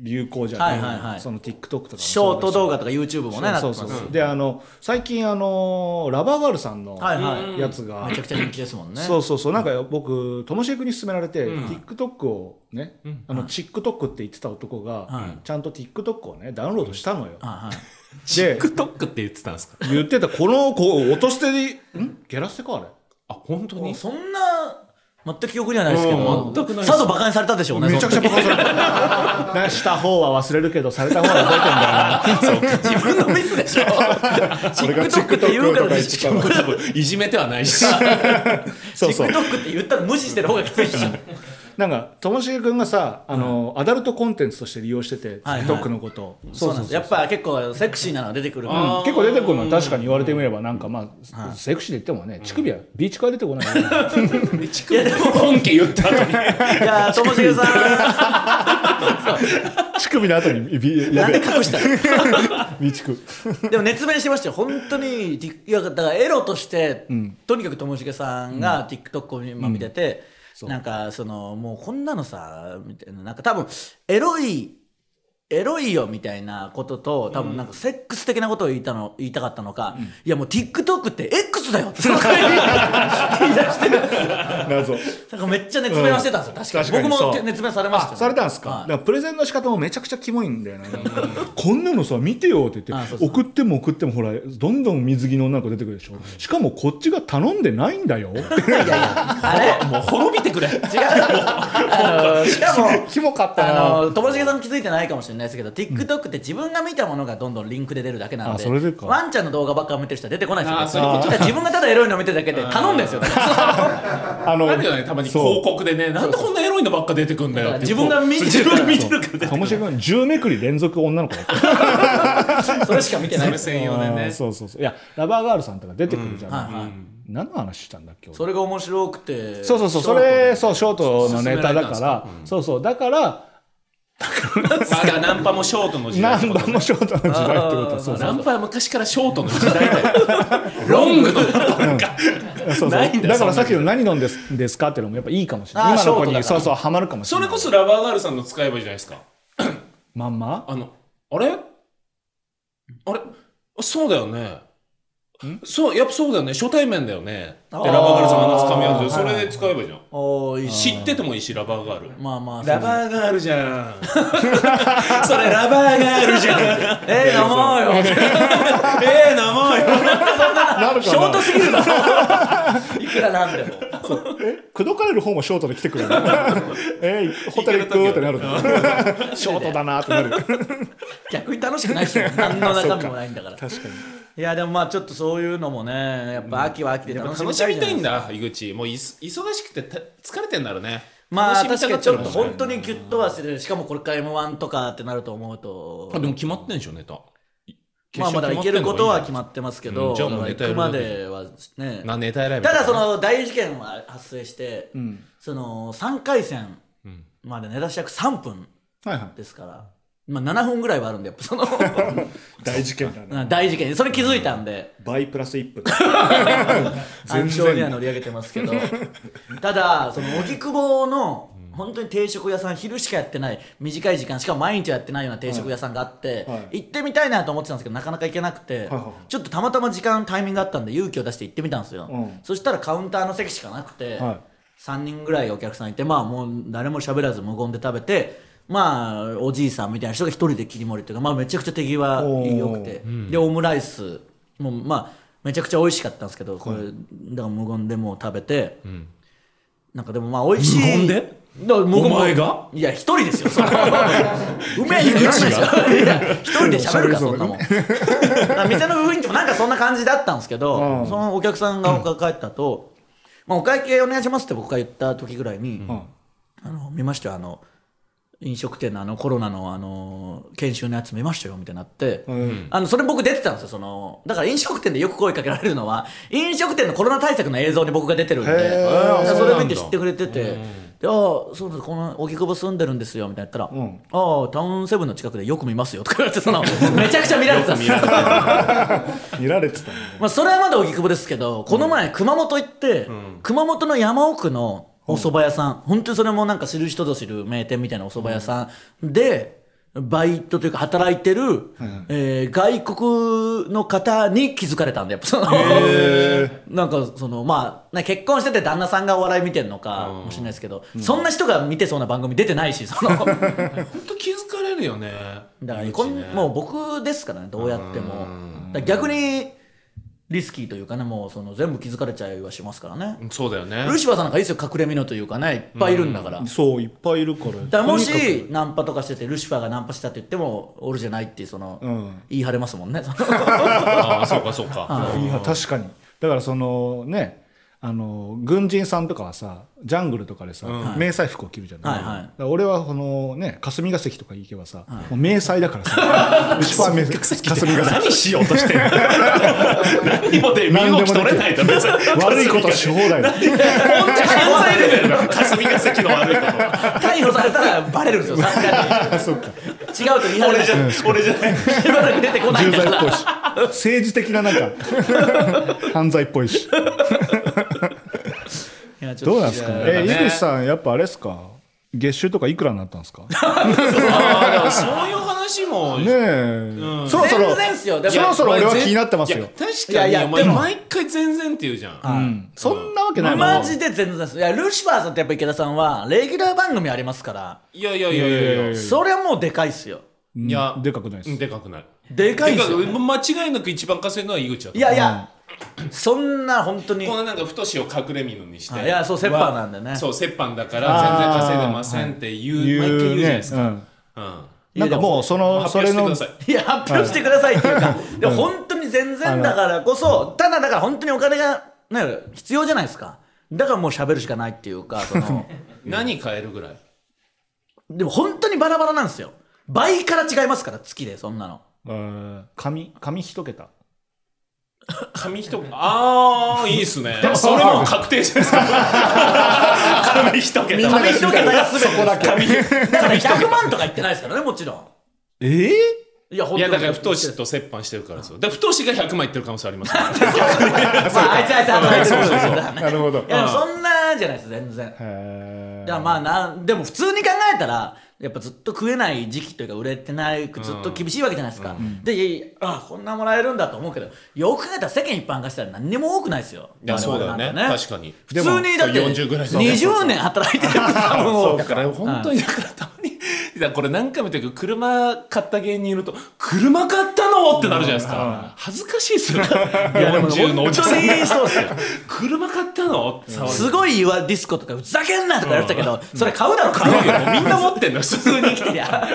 [SPEAKER 2] 流行じゃない,、
[SPEAKER 3] はいはいはい
[SPEAKER 2] その TikTok とかもそうだし
[SPEAKER 3] ショート動画とか YouTube もねなって
[SPEAKER 2] そう
[SPEAKER 3] ます
[SPEAKER 2] そうそうであの最近あのラバーガールさんの
[SPEAKER 3] はいはい
[SPEAKER 2] やつが、
[SPEAKER 3] めちゃくちゃ人気ですもんね
[SPEAKER 2] そうそうそうなんか僕ともしげ君に勧められて、
[SPEAKER 1] うん
[SPEAKER 2] TikTok をね、あの TikTok って言ってた男が、
[SPEAKER 3] はい
[SPEAKER 2] ちゃんと TikTok をねダウンロードしたのよ、
[SPEAKER 3] はいはい
[SPEAKER 2] で
[SPEAKER 1] TikTok って言ってたんですか
[SPEAKER 2] 言ってたこの子落としてでんゲラ捨てかあれ
[SPEAKER 1] あ本当に
[SPEAKER 3] そんな全く記憶にはないですけ
[SPEAKER 1] う
[SPEAKER 3] ど
[SPEAKER 1] ん全くないです
[SPEAKER 3] さぞバカにされたでしょうね
[SPEAKER 2] めちゃくちゃ
[SPEAKER 3] その
[SPEAKER 2] バカさ れたなした方は忘れるけどされた方は覚えてんだよな
[SPEAKER 3] 時自分のミスで しょ TikTok って言うからでしょ TikTok
[SPEAKER 1] 多分いじめてはないし
[SPEAKER 2] そうそう
[SPEAKER 3] って言ったら無視してる方がきついでしょ
[SPEAKER 2] なんかともしげ君がさあの、アダルトコンテンツとして利用してて、
[SPEAKER 3] はいはい
[SPEAKER 2] TikTok のことを
[SPEAKER 3] そうなんですやっぱ結構セクシーなのが出てくるから、
[SPEAKER 2] うん結構出てくるのは確かに言われてみればなんかまあ、セクシーで言ってもね乳首はビーチから出てこないよね、
[SPEAKER 3] いやでも
[SPEAKER 1] 本家言った後に
[SPEAKER 3] いやともしげさん
[SPEAKER 2] 乳首の後にビ
[SPEAKER 3] な
[SPEAKER 2] や
[SPEAKER 3] んで
[SPEAKER 2] べ
[SPEAKER 3] 隠したの
[SPEAKER 2] ビーチ ク
[SPEAKER 3] でも熱弁してましたよ本当にいやだからエロとして、とにかくともしげさんが TikTok を今見てて、なんかそのもうこんなのさみたいななんか多分エロいエロいよみたいなことと多分なんかセックス的なことを言いたの言いたかったのか、いやもう TikTok って X だよってそ の回に言い出して
[SPEAKER 2] 謎
[SPEAKER 3] なんかめっちゃ熱弁はしてたんですよ、確か
[SPEAKER 2] 確か
[SPEAKER 3] に
[SPEAKER 2] にそう
[SPEAKER 3] 僕も熱弁されましたよ、
[SPEAKER 2] あされたんですか,、
[SPEAKER 3] はい
[SPEAKER 2] だからプレゼンの仕方もめちゃくちゃキモいんだよね こんなのさ見てよって言
[SPEAKER 3] あ
[SPEAKER 2] っ
[SPEAKER 3] そう
[SPEAKER 2] て
[SPEAKER 3] そう
[SPEAKER 2] 送っても送ってもほらどんどん水着の女の子出てくるでしょしかもこっちが頼んでないんだよ
[SPEAKER 3] あれ
[SPEAKER 1] もう滅びてくれ
[SPEAKER 3] 違うあのしか も
[SPEAKER 2] キモかったな
[SPEAKER 3] あのともしげさんも気づいてないかもしれないですけど TikTok って自分が見たものがどんどんリンクで出るだけなの
[SPEAKER 2] あ
[SPEAKER 3] で
[SPEAKER 2] それでか
[SPEAKER 3] ワンちゃんの動画ばっか見てる人は出てこないですよ
[SPEAKER 1] あそういうこと
[SPEAKER 3] だから自分がただエロいの見てるだけで頼んでるんですよだか
[SPEAKER 2] あの
[SPEAKER 1] あるよねたまに
[SPEAKER 2] そう
[SPEAKER 1] 広告でねなんでこんなエロいのばっか出てくんだよって
[SPEAKER 3] 自分が見てる
[SPEAKER 1] 自分が見て るから
[SPEAKER 2] かもしれない10めくり連続女の子だった
[SPEAKER 3] らそれしか見てない
[SPEAKER 1] それ
[SPEAKER 3] んです
[SPEAKER 1] 専用で
[SPEAKER 2] あー
[SPEAKER 1] ね
[SPEAKER 2] そうそうそういやラバーガールさんとか出てくるじゃない、
[SPEAKER 3] はいはい
[SPEAKER 2] 何の話したんだっけ俺
[SPEAKER 3] それが面白くて
[SPEAKER 2] そうそうそうそれそうショートのネタだ
[SPEAKER 1] 勧めら
[SPEAKER 2] か
[SPEAKER 1] れ
[SPEAKER 2] ら、そうそうだから
[SPEAKER 1] まだナンパもショートの時代って
[SPEAKER 2] 何
[SPEAKER 1] こと
[SPEAKER 2] 番もショートの時代ってことはそうそ
[SPEAKER 1] ナ
[SPEAKER 2] う
[SPEAKER 1] ンパは昔からショートの時代だよロングの
[SPEAKER 2] そうそう
[SPEAKER 1] ないんだよ
[SPEAKER 2] だか
[SPEAKER 1] そん
[SPEAKER 2] らさ
[SPEAKER 1] なの
[SPEAKER 2] っきの何飲んですですかっていうのもやっぱいいかもしれな
[SPEAKER 3] あ
[SPEAKER 2] い
[SPEAKER 3] ー
[SPEAKER 2] 今の子
[SPEAKER 3] ショートだか
[SPEAKER 2] に
[SPEAKER 3] ら
[SPEAKER 2] そうそうハマるかもしれ
[SPEAKER 1] そ
[SPEAKER 2] な
[SPEAKER 1] れ
[SPEAKER 2] い
[SPEAKER 1] こそラバーガールさんの使えばいいじゃないですか
[SPEAKER 2] まんま
[SPEAKER 1] あの、あれあれそうだよね。そう、やっぱそうだよね。初対面だよね。で、
[SPEAKER 3] あ
[SPEAKER 1] ラ
[SPEAKER 3] ー
[SPEAKER 1] バーガールさんが話す髪合わせ
[SPEAKER 3] はい
[SPEAKER 1] それで使えばいいじゃん。
[SPEAKER 3] おーいいし
[SPEAKER 1] 知っててもいいし、ラバーガール。
[SPEAKER 3] まあまあ
[SPEAKER 1] ラ
[SPEAKER 3] ー
[SPEAKER 1] バーガールじゃん。それラバーガールじゃん。
[SPEAKER 3] えー、飲もうよ
[SPEAKER 1] ええ、飲もうよ。
[SPEAKER 2] なる
[SPEAKER 3] ショートすぎるだろいくらなんでも
[SPEAKER 2] 口説かれる方もショートで来て くるのえーホテル行くってなるのショートだなってなる
[SPEAKER 3] 逆に楽しくないで すよ何の中身もないんだから
[SPEAKER 2] 確かに
[SPEAKER 3] いやでもまあちょっとそういうのもねやっぱ秋は秋で楽し
[SPEAKER 1] 楽
[SPEAKER 3] み
[SPEAKER 1] した
[SPEAKER 3] い
[SPEAKER 1] み
[SPEAKER 3] じ
[SPEAKER 1] た
[SPEAKER 3] ゃないい
[SPEAKER 1] ん
[SPEAKER 3] ですか
[SPEAKER 1] だ、井口。もういす忙しくてた疲れてんだろうね。
[SPEAKER 3] まあ
[SPEAKER 1] 楽し
[SPEAKER 3] 確
[SPEAKER 1] みた
[SPEAKER 3] かにちょ
[SPEAKER 1] な
[SPEAKER 3] っ
[SPEAKER 1] ゃ
[SPEAKER 3] と
[SPEAKER 1] うの
[SPEAKER 3] 本当にギュッとはしてるしかもこれから m 1とかってなると思う
[SPEAKER 1] あ
[SPEAKER 3] と
[SPEAKER 1] でも決まってんでしょ、ネタ。
[SPEAKER 3] まあまだいけることは決ま
[SPEAKER 1] って
[SPEAKER 3] ってますけど、
[SPEAKER 1] うんじゃあもうネタやる
[SPEAKER 3] 行くまではね
[SPEAKER 1] んのがいいな。なネタ選び。
[SPEAKER 3] ただそ、の大事件は発生して、
[SPEAKER 2] ん
[SPEAKER 3] その3回戦
[SPEAKER 1] うん
[SPEAKER 3] までネタ試着3分
[SPEAKER 2] はいはい
[SPEAKER 3] ですから、まあ、7分ぐらいはあるんでやっ ぱその
[SPEAKER 2] 大事件だね
[SPEAKER 3] うん大事件それ気づいたんで
[SPEAKER 2] 倍プラス1分
[SPEAKER 3] 暗礁には乗り上げてますけどただその荻窪の本当に定食屋さん昼しかやってない短い時間しかも毎日はやってないような定食屋さんがあって、
[SPEAKER 2] はいはい
[SPEAKER 3] 行ってみたいなと思ってたんですけどなかなか行けなくて、
[SPEAKER 2] はい
[SPEAKER 3] ちょっとたまたま時間タイミングがあったんで勇気を出して行ってみたんですよ、
[SPEAKER 2] うん
[SPEAKER 3] そしたらカウンターの席しかなくて、
[SPEAKER 2] はい
[SPEAKER 3] 3人ぐらいお客さんいてまあもう誰も喋らず無言で食べてまあおじいさんみたいな人が一人で切り盛りっていうか、まあ、めちゃくちゃ手際良くて、でオムライスもうまあめちゃくちゃ美味しかったんですけどこれだから無言でもう食べて、なんかでもまあ美味しい
[SPEAKER 1] 無言で
[SPEAKER 3] だから無言
[SPEAKER 1] お前が
[SPEAKER 3] いや一人です よそれうめえに食わないですよいや一人で喋るかそ んなもん店の雰囲気もなんかそんな感じだったんですけど、
[SPEAKER 2] うん
[SPEAKER 3] そのお客さんが帰った後、まあお会計お願いしますって僕が言った時ぐらいに、あの見ましたよあの飲食店のあのコロナのあの研修のやつ見ましたよみたいになって、
[SPEAKER 2] ん
[SPEAKER 3] あのそれ僕出てたんですよそのだから飲食店でよく声かけられるのは飲食店のコロナ対策の映像に僕が出てるんで
[SPEAKER 2] へー
[SPEAKER 3] だからそれ見て知
[SPEAKER 1] そうなんだ
[SPEAKER 3] ってくれてて「でああそうですこの荻窪住んでるんですよ」みたいな言ったら「
[SPEAKER 2] うん
[SPEAKER 3] ああタウンセブンの近くでよく見ますよ」とか言われてそのめちゃくちゃ見られてたんですよ。
[SPEAKER 2] 見られてたね
[SPEAKER 3] まあ、それはまだ荻窪ですけどこの前熊本行って、熊本の山奥のお蕎麦屋さん、本当にそれもなんか知る人ぞ知る名店みたいなお蕎麦屋さんで、バイトというか働いてる、えー外国の方に気づかれたんでやっぱその なんかそのまあね結婚してて旦那さんがお笑い見てるのかもしれないですけど、そんな人が見てそうな番組出てないし そのだか
[SPEAKER 1] 本当気づかれるよね
[SPEAKER 3] らこんもう僕ですからねどうやってもだから逆にリスキーというかねもうその全部気づかれちゃいはしますからね、
[SPEAKER 1] そうだよね
[SPEAKER 3] ルシファーさんなんかいいですよ隠れ身のというかねいっぱいいるんだから、だ
[SPEAKER 2] そういっぱいいるから
[SPEAKER 3] から
[SPEAKER 2] と
[SPEAKER 3] も
[SPEAKER 2] にか
[SPEAKER 3] しナンパとかしててルシファーがナンパしたって言っても俺じゃないっていうその、
[SPEAKER 2] うん
[SPEAKER 3] 言い張れま すもんねその
[SPEAKER 1] ああそうかそう か
[SPEAKER 2] くいや確かにだからそのねあの軍人さんとかはさジャングルとかでさ、迷彩服を着るじゃない、
[SPEAKER 3] はいは
[SPEAKER 2] だ
[SPEAKER 3] い
[SPEAKER 2] から俺はこのね霞が関とか行けばさ、もう迷彩だか らさうちは迷彩霞が関
[SPEAKER 1] 何しようとしてんの何もで身動き取れないと別に
[SPEAKER 2] 悪いことはし放 題だ
[SPEAKER 1] 本当に犯罪レベルだ霞が関の悪いこと
[SPEAKER 3] 逮捕されたらバレるんですよさすが
[SPEAKER 2] あ そっか
[SPEAKER 3] に違うと言い張れな
[SPEAKER 1] 俺
[SPEAKER 3] い
[SPEAKER 1] じゃ俺じゃない
[SPEAKER 3] しばらく出てこない
[SPEAKER 2] 重
[SPEAKER 3] んだ
[SPEAKER 2] 罪
[SPEAKER 3] か
[SPEAKER 2] っぽい
[SPEAKER 3] ら
[SPEAKER 2] し政治的ななんか 犯罪っぽいし
[SPEAKER 3] いやち
[SPEAKER 2] ど
[SPEAKER 3] ょっと
[SPEAKER 2] うなんですかね
[SPEAKER 1] いや
[SPEAKER 2] え
[SPEAKER 1] だね
[SPEAKER 2] 井口さんやっぱあれですか月収とかいくらになったんですかね
[SPEAKER 1] ああでもそういう話も
[SPEAKER 2] え、そろそろ
[SPEAKER 3] 全然っすよでも
[SPEAKER 2] そろそろ俺は気になってます
[SPEAKER 1] い
[SPEAKER 2] よ
[SPEAKER 1] や、確
[SPEAKER 3] いや
[SPEAKER 1] か
[SPEAKER 3] い
[SPEAKER 1] に
[SPEAKER 3] や
[SPEAKER 1] お前
[SPEAKER 3] でも
[SPEAKER 1] 毎回全然って言うじゃん
[SPEAKER 2] う
[SPEAKER 3] はい
[SPEAKER 2] ん、そんなわけないもん
[SPEAKER 3] マジで全然ですいやルシファーさんとやっぱ池田さんはレギュラー番組ありますから
[SPEAKER 1] いやいやいやいやいや
[SPEAKER 2] いや
[SPEAKER 3] それはもうでかいっすよ
[SPEAKER 1] いや
[SPEAKER 2] でかくないです
[SPEAKER 1] うんでかくない
[SPEAKER 3] でかいっすよ
[SPEAKER 1] でかく間違いなく一番稼いのは井口だと
[SPEAKER 3] いやいや、そんな本当に
[SPEAKER 1] このなんか太しを隠れ身のにして
[SPEAKER 3] あいやそう折半なんでね
[SPEAKER 1] わそう折半だから全然稼いでませんって言う毎回言うじゃないです
[SPEAKER 2] う
[SPEAKER 1] か
[SPEAKER 2] ん
[SPEAKER 1] うん
[SPEAKER 2] なんかもうその
[SPEAKER 1] 発
[SPEAKER 2] そ
[SPEAKER 1] 表して
[SPEAKER 2] れ
[SPEAKER 1] く
[SPEAKER 2] の
[SPEAKER 1] ださい
[SPEAKER 3] いや発表してくださいっていうか、でも本当に全然だからこそただだから本当にお金がね必要じゃないですかだからもう喋るしかないっていうかその
[SPEAKER 1] 何買えるぐらい
[SPEAKER 3] でも本当にバラバラなんですよ倍から違いますから月でそんなの
[SPEAKER 2] うん紙紙一桁
[SPEAKER 1] 紙一重ああいいっすねそれもう確定じゃないですか紙一桁紙一桁
[SPEAKER 2] みんなが知りたい
[SPEAKER 3] 一桁が全て
[SPEAKER 2] そこだけ
[SPEAKER 3] だから100万とか言ってないですからねもちろん
[SPEAKER 2] ええ
[SPEAKER 3] いや本
[SPEAKER 1] いや
[SPEAKER 3] 当に
[SPEAKER 1] だから太しと折半してるからですよだから太しが100万いってる可能性ありますから
[SPEAKER 3] まああいつあいつあいつそうそうそうだね
[SPEAKER 2] なるほど
[SPEAKER 3] いやでもそんなじゃないです全然
[SPEAKER 2] へ
[SPEAKER 3] だからまあなんでも普通に考えたらやっぱずっと食えない時期というか売れてないずっと厳しいわけじゃないですか、でいやいやあこんなもらえるんだと思うけどよく考えたら世間一般化したら何にも多くないですよ
[SPEAKER 1] いやそうだよね
[SPEAKER 3] 我々なん
[SPEAKER 1] 確かに
[SPEAKER 3] 普通にだって
[SPEAKER 1] でも40ぐらいだね
[SPEAKER 3] 20年働いてる多分もう
[SPEAKER 1] だから本当にだからたまにだからこれ何回も言ったけど車買った芸人いると車買ったのってなるじゃないですか恥ずかしいっすよ
[SPEAKER 3] いやでも
[SPEAKER 1] 40のお
[SPEAKER 3] 本
[SPEAKER 1] じさ
[SPEAKER 3] 当
[SPEAKER 1] ん
[SPEAKER 3] にそうですよ
[SPEAKER 1] 車買ったのって騒いです
[SPEAKER 3] ごい言わディスコとかふざけんなとか言われてたけど、それ買うだろ買う
[SPEAKER 1] い
[SPEAKER 3] よ
[SPEAKER 1] やもうみんな持ってんのよ
[SPEAKER 3] 普通に生きてりゃ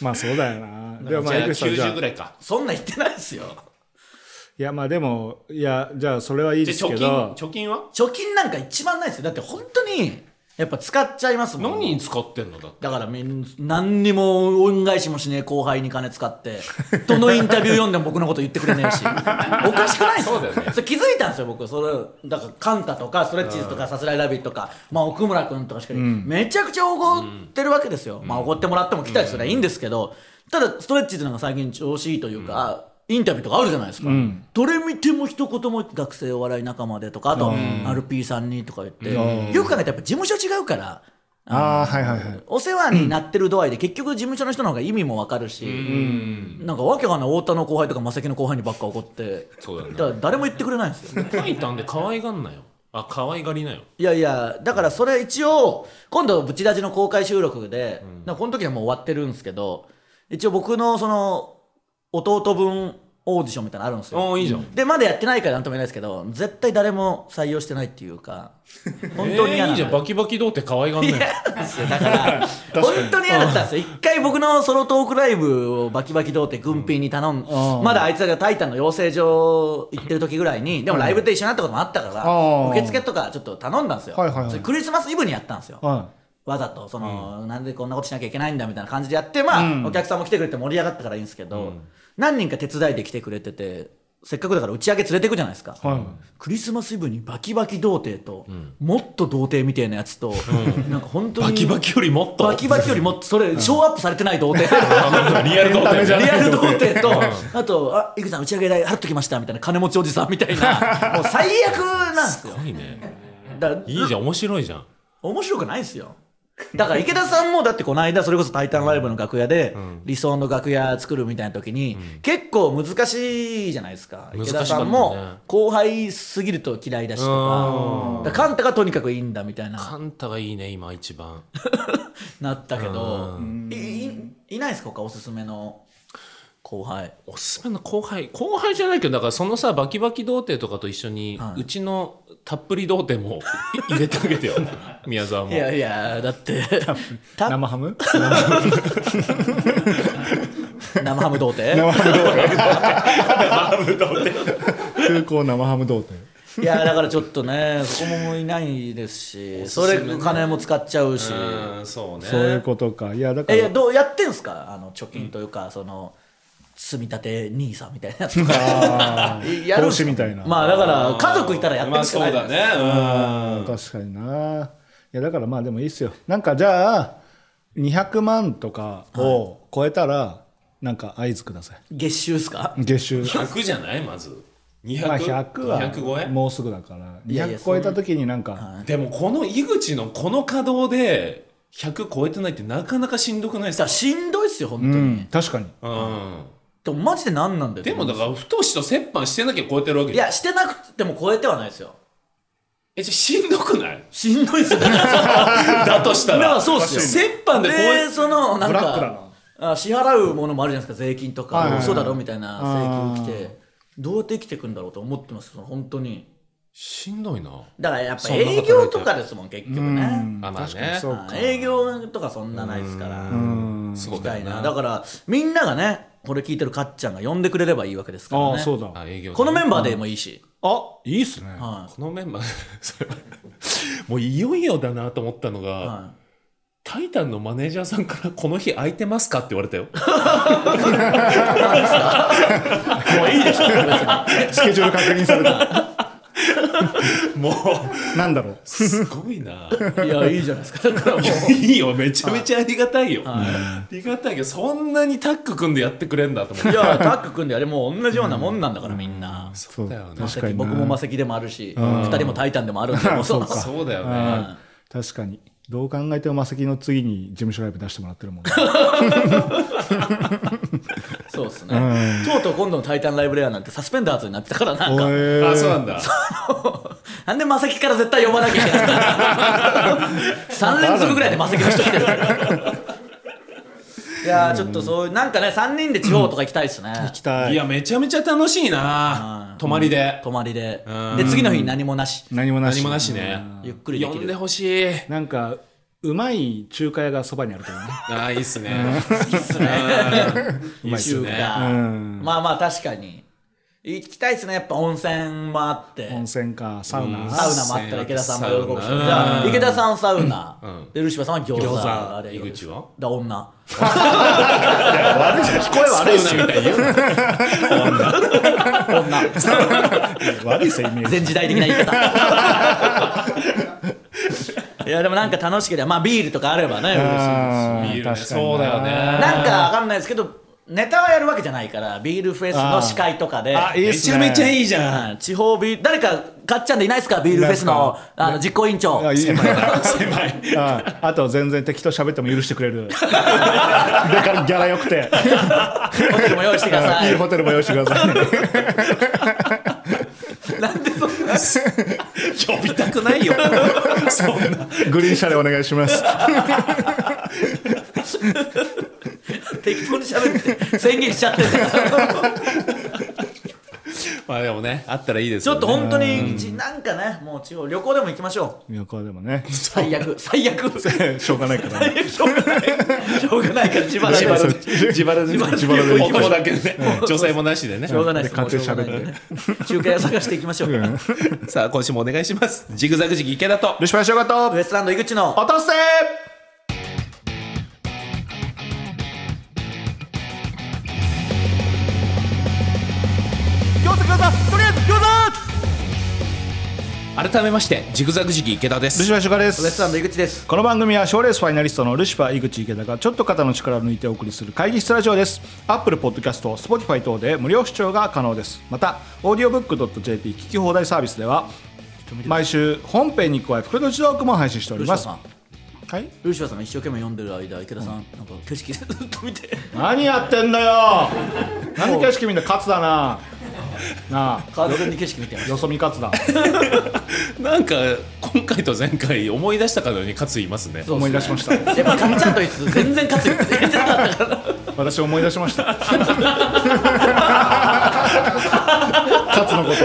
[SPEAKER 2] まあそうだよなでもま
[SPEAKER 1] じゃ
[SPEAKER 2] あ井
[SPEAKER 1] あ
[SPEAKER 2] 口さんじゃあ
[SPEAKER 1] 90ぐらいか
[SPEAKER 3] そんな言ってないですよ
[SPEAKER 2] いやまあでもいやじゃあそれはいいで
[SPEAKER 1] じ
[SPEAKER 2] す
[SPEAKER 1] ゃあ
[SPEAKER 2] け
[SPEAKER 1] 貯
[SPEAKER 2] ど
[SPEAKER 1] 金貯金は
[SPEAKER 3] 貯金なんか一番ないですよだって本当にやっぱ使っちゃいますもん
[SPEAKER 1] 何に使ってんのだって
[SPEAKER 3] だからみん何にも恩返しもしねえ後輩に金使って どのインタビュー読んでも僕のこと言ってくれねえしおかしくないっす
[SPEAKER 1] そうだよね
[SPEAKER 3] それ気づいたんですよ僕それだからカンタとかストレッチーズとかさすらいラビーとか、まあ、奥村君とかしかり、めちゃくちゃおごってるわけですよ、まあおごってもらっても来たりすればいいんですけど、ただストレッチーズなんか最近調子いいというか、インタビューとかあるじゃないですか、どれ見ても一言も学生お笑い仲間でとかあと RP さんにとか言って、よく考えたらやっぱ事務所違うから
[SPEAKER 2] ああーはいはいはい
[SPEAKER 3] お世話になってる度合いで結局事務所の人の方が意味もわかるし、なんかわけがない太田の後輩とか正木の後輩にばっか怒って
[SPEAKER 1] そうだよね
[SPEAKER 3] から誰も言ってくれないんですよ
[SPEAKER 1] 書いたんで可愛がんなよあ可愛がりなよ
[SPEAKER 3] いやいやだからそれ一応今度ブチラジの公開収録で、なんかこの時はもう終わってるんですけど一応僕のその弟分オーディションみたいなのあるんです
[SPEAKER 1] お
[SPEAKER 3] よ
[SPEAKER 1] ーいいじゃん
[SPEAKER 3] でまだやってないからなんとも言えないですけど絶対誰も採用してないっていうか本当に
[SPEAKER 1] えー
[SPEAKER 3] 嫌
[SPEAKER 1] い
[SPEAKER 3] ない
[SPEAKER 1] じゃんバキバキ童貞可愛がんね
[SPEAKER 3] 嫌
[SPEAKER 1] え
[SPEAKER 3] なんですよだから本当に嫌だったんですよ一回僕のソロトークライブをバキバキ童貞軍品に頼
[SPEAKER 2] う
[SPEAKER 3] ん、
[SPEAKER 2] ん
[SPEAKER 3] まだあいつらが「タイタン」の養成所行ってる時ぐらいにでもライブで一緒になったこともあったから、
[SPEAKER 2] うん
[SPEAKER 3] 受付とかちょっと頼んだんですよ、
[SPEAKER 2] はいはいはい
[SPEAKER 3] それクリスマスイブにやったんですよ、
[SPEAKER 2] は
[SPEAKER 3] わざとその、なんでこんなことしなきゃいけないんだみたいな感じでやってまあ、
[SPEAKER 2] うん
[SPEAKER 3] お客さんも来てくれて盛り上がったからいいんですけど、何人か手伝いで来てくれててせっかくだから打ち上げ連れてくじゃないですか、
[SPEAKER 2] い。はい。
[SPEAKER 3] クリスマスイブにバキバキ童貞と、もっと童貞みたいなやつと、なんか本当に
[SPEAKER 1] バキバキよりもっと
[SPEAKER 3] バキバキよりもっとそれショーアップされてない童貞
[SPEAKER 1] リアル童貞じゃん
[SPEAKER 3] リアル童貞と、あと、あ、いくさん打ち上げ代払っときましたみたいな金持ちおじさんみたいな、もう最悪なんですよ。
[SPEAKER 1] いいね
[SPEAKER 3] だから
[SPEAKER 1] いいじゃん面白いじゃん
[SPEAKER 3] 面白くないですよだから池田さんもだってこの間それこそ「タイタンライブ」の楽屋で理想の楽屋作るみたいな時に結構難しいじゃないですか
[SPEAKER 1] 難
[SPEAKER 3] 池
[SPEAKER 1] しかったね
[SPEAKER 3] 田さんも後輩すぎると嫌いだしとかだからカンタがとにかくいいんだみたいな
[SPEAKER 1] カンタがいいね今一番
[SPEAKER 3] なったけどいいいないですか他おすすめの後輩
[SPEAKER 1] おすすめの後輩後輩じゃないけどだからそのさバキバキ童貞とかと一緒に、
[SPEAKER 3] はいう
[SPEAKER 1] ちのたっぷり童貞もい 入れてあげてよ宮沢も
[SPEAKER 3] いやいやだってた
[SPEAKER 2] 生ハム
[SPEAKER 3] 生ハム童貞
[SPEAKER 2] 生ハム童貞。空港生ハム童貞。
[SPEAKER 3] いやだからちょっとねそこもいないですしそれ金も使っちゃうし
[SPEAKER 1] うんそうね
[SPEAKER 2] そういうことか。いや、だか
[SPEAKER 3] えいや
[SPEAKER 2] ら。
[SPEAKER 3] どうやってんすかあの貯金というか、その積み立て兄さんみたいなやつ とか
[SPEAKER 2] あー
[SPEAKER 3] やるん
[SPEAKER 2] 投
[SPEAKER 3] す
[SPEAKER 2] 資
[SPEAKER 3] か
[SPEAKER 2] みたいな。
[SPEAKER 3] まあだから家族いたらやってるしかないじゃないですか、
[SPEAKER 1] まあそうだね
[SPEAKER 2] 確かにな。いや、だからまあでもいいっすよ。なんかじゃあ、200万とかを超えたら、なんか合図ください。
[SPEAKER 3] 月収っすか
[SPEAKER 2] 月収。
[SPEAKER 1] うん100じゃないまず200、
[SPEAKER 2] まあ100
[SPEAKER 1] 205
[SPEAKER 2] は
[SPEAKER 1] 円
[SPEAKER 2] もうすぐだから。
[SPEAKER 3] いやいや
[SPEAKER 2] 200超えた時になんか、
[SPEAKER 1] でもこの井口のこの稼働で100超えてないってなかなかしんどくないです
[SPEAKER 3] だ
[SPEAKER 1] か
[SPEAKER 3] からしんどいっすよ本当
[SPEAKER 2] う
[SPEAKER 3] に、
[SPEAKER 2] ん、確かに。
[SPEAKER 1] うん
[SPEAKER 3] でもマジで何なんだよ
[SPEAKER 1] でもだから太しと折半してなきゃ超えてるわけ
[SPEAKER 3] い
[SPEAKER 1] じゃん
[SPEAKER 3] やしてなくても超えてはないですよ
[SPEAKER 1] えじゃあしんどくない
[SPEAKER 3] しんどいっすよだか
[SPEAKER 1] だとしたら
[SPEAKER 3] らそうっすよ
[SPEAKER 1] 折半で超え
[SPEAKER 3] でそのなん
[SPEAKER 2] ブラックだな
[SPEAKER 3] かあ支払うものもあるじゃないですか税金と
[SPEAKER 2] はいはい
[SPEAKER 3] か
[SPEAKER 2] はい
[SPEAKER 3] 嘘だろみたいな請
[SPEAKER 2] あ
[SPEAKER 3] 求来てどうやって生きてくんだろうと思ってますその本当に
[SPEAKER 1] しんどいな
[SPEAKER 3] だからやっぱ
[SPEAKER 1] そんな働
[SPEAKER 3] 営
[SPEAKER 1] いてる
[SPEAKER 3] 業とかですもん結局ね、
[SPEAKER 2] うん
[SPEAKER 1] あまあね
[SPEAKER 2] 確かにそうか。
[SPEAKER 3] 営業とかそんなないですから
[SPEAKER 2] うん。
[SPEAKER 1] すご
[SPEAKER 3] み
[SPEAKER 1] いな
[SPEAKER 3] たいなだからみんながねこれ聞いてるかっちゃんが呼んでくれればいいわけですから
[SPEAKER 2] ああ、
[SPEAKER 3] ね
[SPEAKER 2] そうだ。
[SPEAKER 1] あ営業
[SPEAKER 3] このメンバーでもいいし、
[SPEAKER 2] あ、いいっすね。
[SPEAKER 3] はい
[SPEAKER 1] このメンバー それはもういよいよだなと思ったのが、
[SPEAKER 3] は
[SPEAKER 1] タイタンのマネージャーさんから「この日空いてますか?」って言われた よ
[SPEAKER 3] い、もういいでしょ別に
[SPEAKER 2] スケジュール確認された。
[SPEAKER 1] もう
[SPEAKER 2] なんだろう。
[SPEAKER 1] すごいない
[SPEAKER 3] やいいじゃないですかだからもう
[SPEAKER 1] い いよめちゃめちゃありがたいよ、ありがたいけどそんなにタッグ組んでやってくれんだと思っ
[SPEAKER 3] い
[SPEAKER 1] て
[SPEAKER 3] やタッグ組んであれもう同じようなもんなんだからみんな、
[SPEAKER 2] そう
[SPEAKER 1] だよね
[SPEAKER 2] 確かにな。
[SPEAKER 3] 僕も魔石でもあるし二人も「タイタン」でもあるんでもう
[SPEAKER 2] そう
[SPEAKER 3] の
[SPEAKER 2] か
[SPEAKER 1] そうだよね
[SPEAKER 2] あー確かに。どう考えてもマセキの次に事務所ライブ出してもらってるもんね。
[SPEAKER 3] そうですねとうとう今度の「タイタンライブレア」なんてサスペンダーズになってたからなん
[SPEAKER 2] お
[SPEAKER 3] か
[SPEAKER 2] え
[SPEAKER 1] あそうなんだ
[SPEAKER 3] なんでマセキから絶対呼ばなきゃいけ ないんだ三連続ぐらいでマセキの人来てる いやーちょっとそういうなんかね三人で地方とか行きたいですね
[SPEAKER 2] 行きた
[SPEAKER 1] い
[SPEAKER 2] い。
[SPEAKER 1] やめちゃめちゃ楽しいな
[SPEAKER 3] うん
[SPEAKER 1] 泊まりで
[SPEAKER 3] 泊まりで
[SPEAKER 1] うん
[SPEAKER 3] で次の日何もなし
[SPEAKER 2] 何もなし。
[SPEAKER 1] 何もなしね
[SPEAKER 3] ゆっくりでき
[SPEAKER 1] 呼
[SPEAKER 3] る
[SPEAKER 1] んでほしい
[SPEAKER 2] なんか、うまい中華屋がそばにあるけどね。
[SPEAKER 1] ああいいっすねうんいいっす
[SPEAKER 3] 中
[SPEAKER 1] ね
[SPEAKER 3] 華
[SPEAKER 2] うん
[SPEAKER 3] まあまあ確かに行きたいですねやっぱ温泉もあって
[SPEAKER 2] 温泉か、サウナ。
[SPEAKER 3] サウナもあったら池田さんも喜ぶしじ
[SPEAKER 1] うん
[SPEAKER 3] ゃあ池田さんサウナ
[SPEAKER 1] うん
[SPEAKER 3] でルシファーさんは餃子
[SPEAKER 1] 餃子
[SPEAKER 3] あれ
[SPEAKER 1] 井口は
[SPEAKER 3] だ女
[SPEAKER 2] 聞こえ悪いっす
[SPEAKER 1] サウナみたいに言うな
[SPEAKER 2] 悪いっすよ、イメージ。
[SPEAKER 3] 全時代的な言い方いやでもなんか楽しければまあビールとかあればね嬉しいです
[SPEAKER 2] あー
[SPEAKER 1] ビールね
[SPEAKER 2] 確かにな
[SPEAKER 1] そうだよね
[SPEAKER 3] なんかわかんないですけどネタはやるわけじゃないからビールフェスの司会とかで
[SPEAKER 2] あ、いいっ
[SPEAKER 1] め
[SPEAKER 2] す
[SPEAKER 1] ち
[SPEAKER 2] ね。
[SPEAKER 1] ゃめちゃ
[SPEAKER 2] い。
[SPEAKER 1] いいじゃん
[SPEAKER 3] うん地方ビール誰かかっちゃんでいないですかビールフェスのあの実行委員長
[SPEAKER 2] あいい
[SPEAKER 1] 狭い
[SPEAKER 2] ああと全然適当喋っても許してくれ るだからギャラ良くて
[SPEAKER 3] ホテルも用意してくださ
[SPEAKER 2] いい
[SPEAKER 3] い
[SPEAKER 2] ホテルも用意してくださいね
[SPEAKER 3] なんでそんな
[SPEAKER 1] 呼びたくない よそんな
[SPEAKER 2] グリーン車でお願いします
[SPEAKER 3] 適当に喋るって宣言しちゃってる
[SPEAKER 1] もねあったらいいです
[SPEAKER 3] ちょ
[SPEAKER 1] よ
[SPEAKER 3] っ
[SPEAKER 1] ね
[SPEAKER 3] と本当に、じなんかね、もう地方旅行でも行きましょ
[SPEAKER 2] 旅行でもね
[SPEAKER 3] う。最悪、最悪。
[SPEAKER 2] しょうがないから ね
[SPEAKER 3] しょうがない。しょうがないから自腹
[SPEAKER 1] 自
[SPEAKER 3] で。
[SPEAKER 1] 腹
[SPEAKER 2] そう
[SPEAKER 1] で自腹でね
[SPEAKER 3] 自腹で
[SPEAKER 1] 男だけでね女性もなしでね
[SPEAKER 3] しょうがないです。
[SPEAKER 2] で
[SPEAKER 3] もうしょう
[SPEAKER 2] 勝
[SPEAKER 3] が
[SPEAKER 2] 手
[SPEAKER 3] な
[SPEAKER 2] に
[SPEAKER 3] いですね中華屋探していきましょう。
[SPEAKER 1] さあ今週もお願いしますジグザグジギ池田と
[SPEAKER 2] ルシファー翔
[SPEAKER 3] ウ
[SPEAKER 2] と
[SPEAKER 3] エストランド井口の
[SPEAKER 2] 落とせ
[SPEAKER 3] 餃子餃子とりあえず餃
[SPEAKER 1] 改めましてジグザグジギ池田で
[SPEAKER 2] ルシ
[SPEAKER 1] す
[SPEAKER 2] ファー翔で
[SPEAKER 3] 子ウエストラ
[SPEAKER 2] す
[SPEAKER 3] ンド井口です。
[SPEAKER 2] この番組は賞ーレースファイナリストのルシファー井口池田がちょっと肩の力を抜いてお送りする会議室ラジオですアップルポッドキャスト Spotify 等で無料視聴が可能ですまた audiobook.jp 聞き放題サービスでは毎週本編に加え袋とジトークも配信しており
[SPEAKER 3] ルシフ
[SPEAKER 2] ま
[SPEAKER 3] ァー
[SPEAKER 2] す
[SPEAKER 3] さん。
[SPEAKER 2] はい
[SPEAKER 3] ルシファーさんが一生懸命読んでる間、池田さん、なんか景色ずっと見て。
[SPEAKER 2] 何やってんだよ何景色見んだ勝つだななあ
[SPEAKER 3] 完全に景色見てます。
[SPEAKER 2] よそ見勝つだ
[SPEAKER 1] なんか今回と前回思い出したかのように勝ついますね
[SPEAKER 2] 思い出しました
[SPEAKER 3] やっぱカッチャンと言いつつ全然勝つよ。全然勝ったから。
[SPEAKER 2] 私思い出しました勝つのこと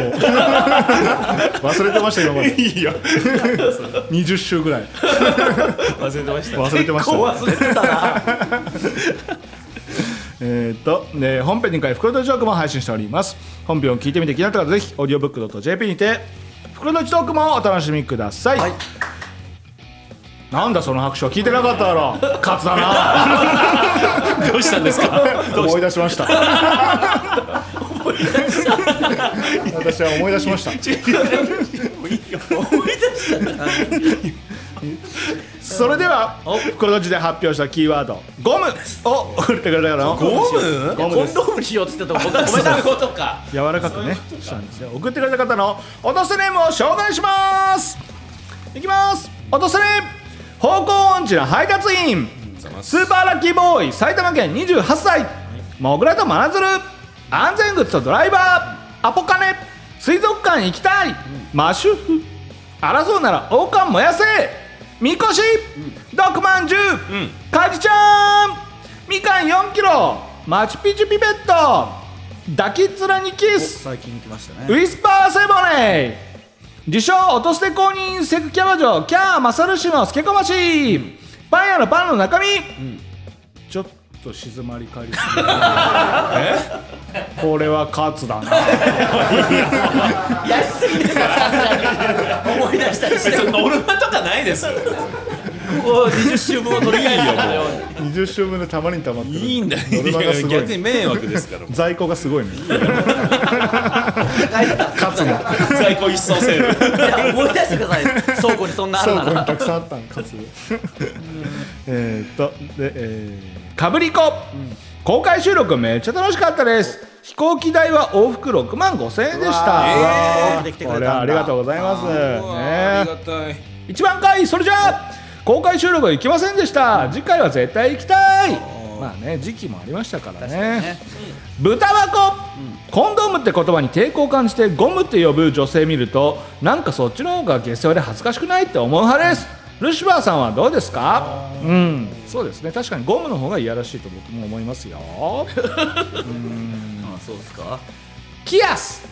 [SPEAKER 2] を忘れてました今まで
[SPEAKER 1] いや
[SPEAKER 2] 20週ぐらい
[SPEAKER 1] 忘れてました
[SPEAKER 2] 忘れてました、
[SPEAKER 3] こう忘れてたな。
[SPEAKER 2] えーっと、ね、本編に回袋とジトークも配信しております本編を聞いてみて気になった方はぜひ audiobook.jp にて袋とジトークもお楽しみください、
[SPEAKER 3] はい
[SPEAKER 2] なんだその拍手は聞いてなかっただろ勝つだな
[SPEAKER 1] どうしたんです か
[SPEAKER 2] 思い出しました私は思い出しました
[SPEAKER 3] 思い出したんだな。
[SPEAKER 2] それでは袋とじで発表したキーワードゴムを送ってくれたからの
[SPEAKER 1] ゴム
[SPEAKER 2] ゴム
[SPEAKER 3] コ
[SPEAKER 2] で
[SPEAKER 3] ン
[SPEAKER 2] す
[SPEAKER 3] ドームにしようって言ってたとこごめん
[SPEAKER 1] そうい
[SPEAKER 3] なさ いう
[SPEAKER 1] ことか
[SPEAKER 2] 柔らかくねしたんですよ送ってくれた方の落とせネームを紹介しますいきます落とせネーム方向音痴の配達員スーパーラッキーボーイ埼玉県28歳モグラと真鶴安全靴とドライバーアポカネ水族館行きたい、マシュフ争うなら王冠燃やせみこし、毒まんじゅう、かじちゃんみかん4キロマチュピチュピペット抱きっ面にキス
[SPEAKER 3] 最近来ましたね。
[SPEAKER 2] ウィスパーセボネイ自称落として公認セクキャバ嬢キャーマサル氏のスケコマシパン屋のパンの中身、ちょっと静まり返りすぎ えこれは勝つだな
[SPEAKER 3] やりすぎですからさすがに思い出したりして
[SPEAKER 1] 別にノルマとかないですよ
[SPEAKER 3] こう20周分を取り返したかのように
[SPEAKER 2] 20週分でたまにたまってる
[SPEAKER 1] いいんだよ
[SPEAKER 2] ノルマがすごい
[SPEAKER 1] 逆に迷惑ですから
[SPEAKER 2] 在庫がすごいね勝つの
[SPEAKER 1] 在庫一掃セール
[SPEAKER 3] いや思い出してください倉庫にそんなある
[SPEAKER 2] そう
[SPEAKER 3] な
[SPEAKER 2] これ
[SPEAKER 3] ら
[SPEAKER 2] たくさんあったんかつ えーっとでえーかぶりこ、公開収録めっちゃ楽しかったです飛行機代は往復6万5千円でした
[SPEAKER 3] 多くできて
[SPEAKER 2] こ
[SPEAKER 3] くれ
[SPEAKER 2] れ
[SPEAKER 3] たんだ
[SPEAKER 2] はありがとうございます
[SPEAKER 1] あり
[SPEAKER 2] ね
[SPEAKER 1] がたい
[SPEAKER 2] 一番回それじゃあ公開収録は行きませんでした次回は絶対行きたいまあね時期もありましたからね豚箱、コンドームって言葉に抵抗を感じてゴムって呼ぶ女性見るとなんかそっちの方が下世話で恥ずかしくないって思う派ですルシファーさんはどうですかうんそうですね確かにゴムの方がいやらしいと僕も思いますよ
[SPEAKER 3] あそうですか
[SPEAKER 2] キアス、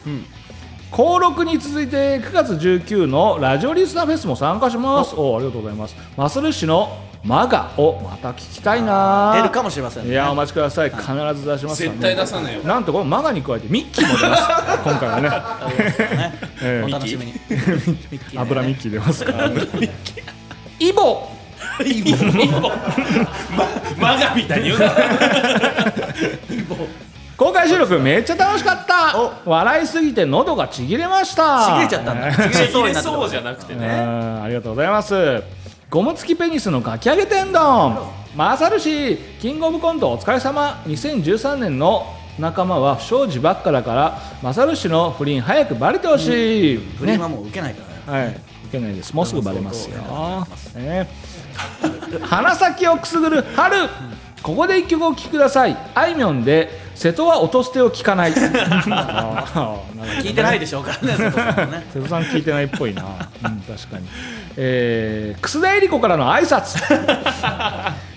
[SPEAKER 2] 高6に続いて9月19のラジオリスナーフェスも参加しますおおありがとうございますマスル氏のマガをまた聞きたいな
[SPEAKER 3] 出るかもしれません
[SPEAKER 2] い
[SPEAKER 3] ね
[SPEAKER 2] やお待ちください必ず出しますからね
[SPEAKER 1] 絶対出さないよ
[SPEAKER 2] なんとこのマガに加えてミッキーも出ます 今回はね
[SPEAKER 3] ね
[SPEAKER 2] えー
[SPEAKER 3] お楽しみにミッキーね
[SPEAKER 2] 油ミッキー出ますからねイボ
[SPEAKER 1] イボマガみたいに言うな
[SPEAKER 2] 公開収録めっちゃ楽しかった笑いすぎて喉がちぎれました
[SPEAKER 3] ちぎれちゃったんだちぎれそう
[SPEAKER 1] 入
[SPEAKER 3] に
[SPEAKER 1] れ
[SPEAKER 3] なって
[SPEAKER 1] そうじ
[SPEAKER 3] た
[SPEAKER 1] ゃなくて
[SPEAKER 2] う
[SPEAKER 1] ね
[SPEAKER 2] んありがとうございますゴム付きペニスのかき揚げ天丼マサル氏キングオブコントお疲れ様2013年の仲間は不祥事ばっかだからマサル氏の不倫早くバレてほしい、
[SPEAKER 3] フリ
[SPEAKER 2] ね
[SPEAKER 3] マもう受けないからね
[SPEAKER 2] はいいけないですもうすぐバレますよ、ね、鼻先をくすぐる春ここで一曲お聴きくださいあいみょんで瀬戸は音捨てを聞かないあ ーなるほど
[SPEAKER 3] 聞いてないでしょうからね佐藤さん もね
[SPEAKER 2] 瀬戸さん聞いてないっぽいな、うん、確かに、えー、楠田絵理子からの挨拶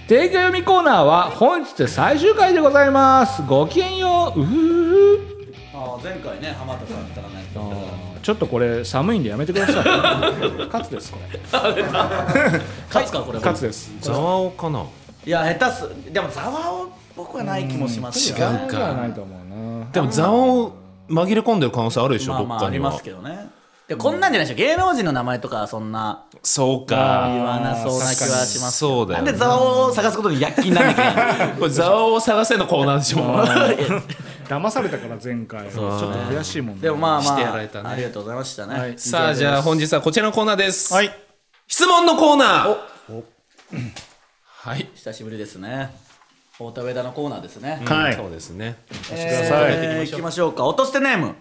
[SPEAKER 2] 提供読みコーナーは本日で最終回でございますごきげんよううふふふ
[SPEAKER 3] あー前回ね浜田さんからなん
[SPEAKER 5] ったんだから
[SPEAKER 2] ちょっとこれ寒いんでやめてくださいカツですこれ
[SPEAKER 3] 勝つかこれ
[SPEAKER 2] カツです
[SPEAKER 1] ざわおかない
[SPEAKER 3] や下手すでもざわを僕はない気もしますけど
[SPEAKER 1] 違う
[SPEAKER 2] じゃな
[SPEAKER 1] か
[SPEAKER 2] いと思うな
[SPEAKER 1] でもざわお紛れ込んでる可能性あるでしょ、
[SPEAKER 3] まあまあ
[SPEAKER 1] どっ
[SPEAKER 3] あ
[SPEAKER 1] か
[SPEAKER 3] り
[SPEAKER 1] に
[SPEAKER 3] ます
[SPEAKER 1] は
[SPEAKER 3] けどねでこんなんじゃないでしょ芸能人の名前とかそんな
[SPEAKER 1] そうか
[SPEAKER 3] 言わなそうな気はします
[SPEAKER 1] そうだ
[SPEAKER 3] な
[SPEAKER 1] よ
[SPEAKER 3] ん
[SPEAKER 1] ね
[SPEAKER 3] でざわを探すことに躍起になんなきゃいけない の
[SPEAKER 1] これざわお探せのコーナーでしょ
[SPEAKER 2] 騙されたから前回ちょっと悔しいもんね
[SPEAKER 3] でもまあま
[SPEAKER 1] し
[SPEAKER 3] あ、
[SPEAKER 1] てやられたね
[SPEAKER 3] ありがとうございましたね、
[SPEAKER 2] はい
[SPEAKER 1] さあじゃあ本日はこちらのコーナーです、
[SPEAKER 2] はい
[SPEAKER 1] 質問のコーナーはい、
[SPEAKER 3] 久しぶりですね太田上田のコーナーですね、
[SPEAKER 2] はい
[SPEAKER 1] そうですね
[SPEAKER 3] えー、いきましょうか落としてネーム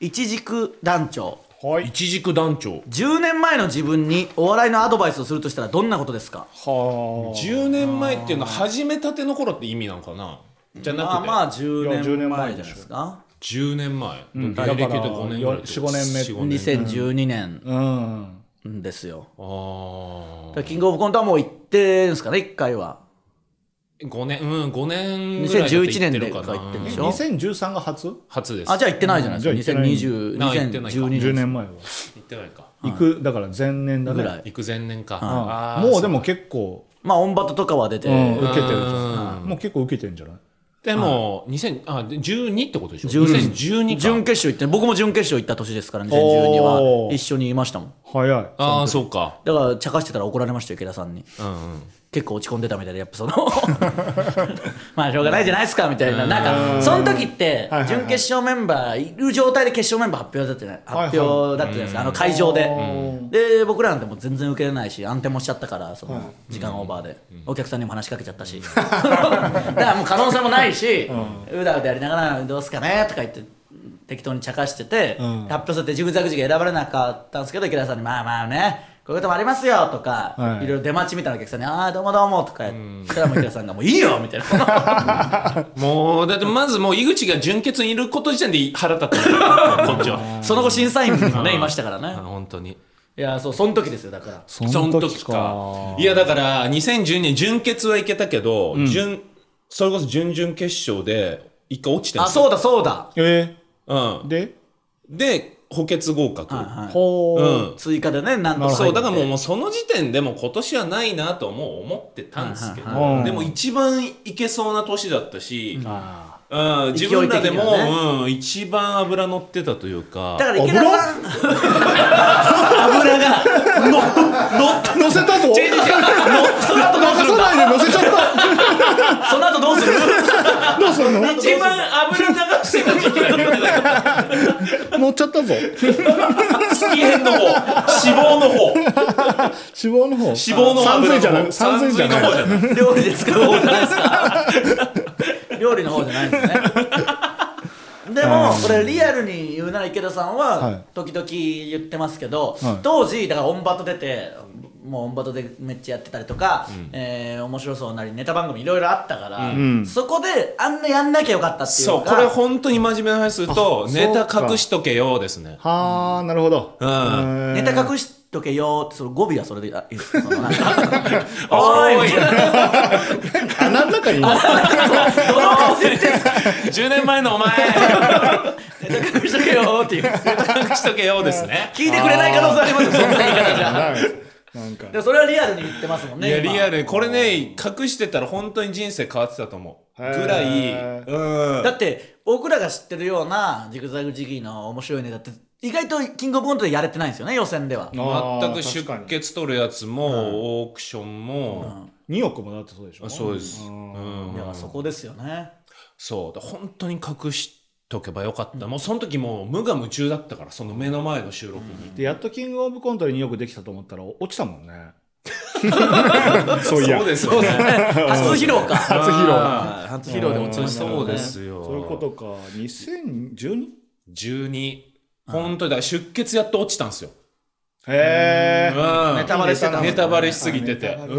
[SPEAKER 3] 一軸団長
[SPEAKER 2] はい
[SPEAKER 1] 一軸団長
[SPEAKER 3] 10年前の自分にお笑いのアドバイスをするとしたらどんなことですか
[SPEAKER 2] はあ
[SPEAKER 1] 10年前っていうのは始めたての頃って意味なんかなじゃなくて、
[SPEAKER 3] まあまあ10
[SPEAKER 2] いや10
[SPEAKER 3] 年
[SPEAKER 2] 年
[SPEAKER 3] 前
[SPEAKER 2] 前で
[SPEAKER 3] じゃない
[SPEAKER 2] しょ
[SPEAKER 3] ですか
[SPEAKER 1] 10年前、
[SPEAKER 2] だ
[SPEAKER 1] 歴
[SPEAKER 2] から
[SPEAKER 1] で5年ぐらい
[SPEAKER 2] 4 5年目
[SPEAKER 1] 4 5年
[SPEAKER 3] 2012年
[SPEAKER 2] うん
[SPEAKER 3] ですよ、
[SPEAKER 1] あ
[SPEAKER 3] だからキングオブコントはもう行ってるんですかね1回は
[SPEAKER 1] 5年うん5年ぐらいだと
[SPEAKER 3] 2011
[SPEAKER 1] 言っ
[SPEAKER 3] 年
[SPEAKER 1] て
[SPEAKER 3] で
[SPEAKER 1] る
[SPEAKER 3] 書
[SPEAKER 1] か
[SPEAKER 3] い
[SPEAKER 1] な
[SPEAKER 3] てるでしょ
[SPEAKER 2] 2013が初
[SPEAKER 1] 初です
[SPEAKER 3] あじゃあ行ってないじゃないです
[SPEAKER 2] じゃ
[SPEAKER 3] か
[SPEAKER 2] あ行
[SPEAKER 3] 2020
[SPEAKER 1] ないな行ってないか
[SPEAKER 3] 2012年
[SPEAKER 2] 10年前は
[SPEAKER 1] 行ってないか
[SPEAKER 2] 行くだから前年だね
[SPEAKER 3] ぐらい
[SPEAKER 1] 行く前年か、
[SPEAKER 2] うん
[SPEAKER 1] あー
[SPEAKER 2] もうでも結構
[SPEAKER 3] まあオンバトとかは出て、
[SPEAKER 2] うん受けてる
[SPEAKER 1] うん
[SPEAKER 2] もう結構受けてるんじゃない
[SPEAKER 1] でも、2000あで12ってことでしょ
[SPEAKER 3] 12
[SPEAKER 1] 2012か
[SPEAKER 3] 準決勝行って僕も準決勝行った年ですから2012は
[SPEAKER 2] おー
[SPEAKER 3] 一緒にいましたもん
[SPEAKER 2] 早い
[SPEAKER 1] ああそうか
[SPEAKER 3] だから茶化してたら怒られましたよ池田さんに
[SPEAKER 1] うんうん
[SPEAKER 3] 結構落ち込んでたみたいでやっぱその まあしょうがないじゃないですかみたいななんかその時って
[SPEAKER 2] はいはい
[SPEAKER 3] 準決勝メンバーいる状態で決勝メンバー発表だったじゃない発表だったじゃないですかあの会場でで僕らなんてもう全然受けれないし暗転もしちゃったからその時間オーバーでお客さんにも話しかけちゃったしだからもう可能性もないしうだうだやりながらどうすかねとか言って適当に茶化してて
[SPEAKER 2] ん
[SPEAKER 3] 発表されてジグザグジが選ばれなかったんですけど池田さんにまあまあねこういうこともありますよとか、
[SPEAKER 2] はい
[SPEAKER 3] いろいろ出待ちみたいなお客さんに「ああどうもどうも」とかやったらもう池田さんが「もういいよ」みた いな
[SPEAKER 1] もうだってまずもう井口が純潔にいること時点で腹立ったこっちは
[SPEAKER 3] その後審査員もねいましたから
[SPEAKER 1] あ
[SPEAKER 3] ね
[SPEAKER 1] 本当に
[SPEAKER 3] いやそうその時ですよだから
[SPEAKER 2] そ
[SPEAKER 1] いやだから2012年純潔はいけたけど、準それこそ準々決勝で一回落ちてるん
[SPEAKER 3] あ
[SPEAKER 1] ですよ
[SPEAKER 3] そうだそうだ、
[SPEAKER 2] え
[SPEAKER 1] う
[SPEAKER 2] ーで
[SPEAKER 1] ん、で補欠合格、
[SPEAKER 3] はい
[SPEAKER 2] ほう
[SPEAKER 1] うん
[SPEAKER 3] 追加でねなんとか
[SPEAKER 1] そうだからもう
[SPEAKER 3] う
[SPEAKER 1] もうその時点でもう今年はないなとはもう思ってたんですけど、
[SPEAKER 2] はいはいはい
[SPEAKER 1] でも一番いけそうな年だったし、
[SPEAKER 2] あ
[SPEAKER 1] うん自分らでも、
[SPEAKER 3] 勢い的には
[SPEAKER 1] うん、一番脂乗ってたというか
[SPEAKER 3] だから池田さん油が
[SPEAKER 2] ー乗せたぞ乗せさないで乗せちゃっ
[SPEAKER 3] その後どうする
[SPEAKER 2] たどうするの
[SPEAKER 1] 一番油流してた時期が言ってたから
[SPEAKER 2] 乗っちゃったぞ
[SPEAKER 1] 月変の方脂肪の方
[SPEAKER 2] 脂肪の方
[SPEAKER 1] 脂肪の
[SPEAKER 2] 三
[SPEAKER 1] 油
[SPEAKER 2] 水
[SPEAKER 1] の
[SPEAKER 2] じゃな
[SPEAKER 1] 方
[SPEAKER 2] い三水じゃ
[SPEAKER 1] 三の方
[SPEAKER 2] ない
[SPEAKER 1] じゃない
[SPEAKER 3] 料理で作る方じゃないですか 料理の方じゃないんですねでもこれリアルに言うなら池田さん
[SPEAKER 2] は
[SPEAKER 3] はい時々言ってますけど、
[SPEAKER 2] はい
[SPEAKER 3] 当時だからオンバト出てもうオンバトでめっちゃやってたりとか、えー面白そうなりネタ番組いろいろあったから、
[SPEAKER 2] ん
[SPEAKER 3] そこであんなやんなきゃよかったっていうか
[SPEAKER 1] そうこれ本当に真面目な話すると
[SPEAKER 2] あ
[SPEAKER 1] ネ
[SPEAKER 2] そう
[SPEAKER 1] タ
[SPEAKER 2] か
[SPEAKER 1] 隠しとけよですね
[SPEAKER 2] はあなるほど
[SPEAKER 1] うん
[SPEAKER 3] ネタ
[SPEAKER 2] し
[SPEAKER 3] 隠しとけよってその語尾はそれであいいですかそのなんかおーい みたいな
[SPEAKER 2] 穴の中に
[SPEAKER 3] ドローン設定
[SPEAKER 1] 10年前のお前
[SPEAKER 3] ネタ隠しとけよっていう
[SPEAKER 1] 隠しとけよですね
[SPEAKER 3] 聞いてくれない可能性ありますよそんな言い方じゃ
[SPEAKER 2] なんか
[SPEAKER 3] でもそれはリアルに言ってますもんね
[SPEAKER 1] いや
[SPEAKER 3] 今
[SPEAKER 1] リアルにこれね隠してたら本当に人生変わってたと思う
[SPEAKER 2] へー
[SPEAKER 1] ぐらいうん
[SPEAKER 3] だって僕らが知ってるようなジグザグジギーの面白いネタって意外とキングオブコントでやれてないんですよね予選では
[SPEAKER 2] あ
[SPEAKER 1] 全
[SPEAKER 2] ー
[SPEAKER 1] く
[SPEAKER 2] 確
[SPEAKER 1] 出
[SPEAKER 2] かに
[SPEAKER 1] 血取るやつもオークションも
[SPEAKER 2] 2億もだってそうでしょ
[SPEAKER 1] あそうです
[SPEAKER 2] ん
[SPEAKER 1] うん
[SPEAKER 3] いやそこですよね
[SPEAKER 1] そうだ本当に隠しとけばよかったもうその時もう無我夢中だったからその目の前の収録に
[SPEAKER 2] でやっとキングオブコントで2億できたと思ったら落ちたもん ねそういや
[SPEAKER 1] そうですよね
[SPEAKER 3] 初披露か
[SPEAKER 2] 初披露
[SPEAKER 3] はい初披露でもちろん
[SPEAKER 1] そうですよ
[SPEAKER 2] そういうことか 2012?
[SPEAKER 1] 12本当にだから出血やっと落ちたんですよ
[SPEAKER 2] へえ
[SPEAKER 1] ネ
[SPEAKER 3] ネタバレしてたんですね
[SPEAKER 1] ネタバレしすぎてて
[SPEAKER 2] ネタバ
[SPEAKER 1] う
[SPEAKER 2] レし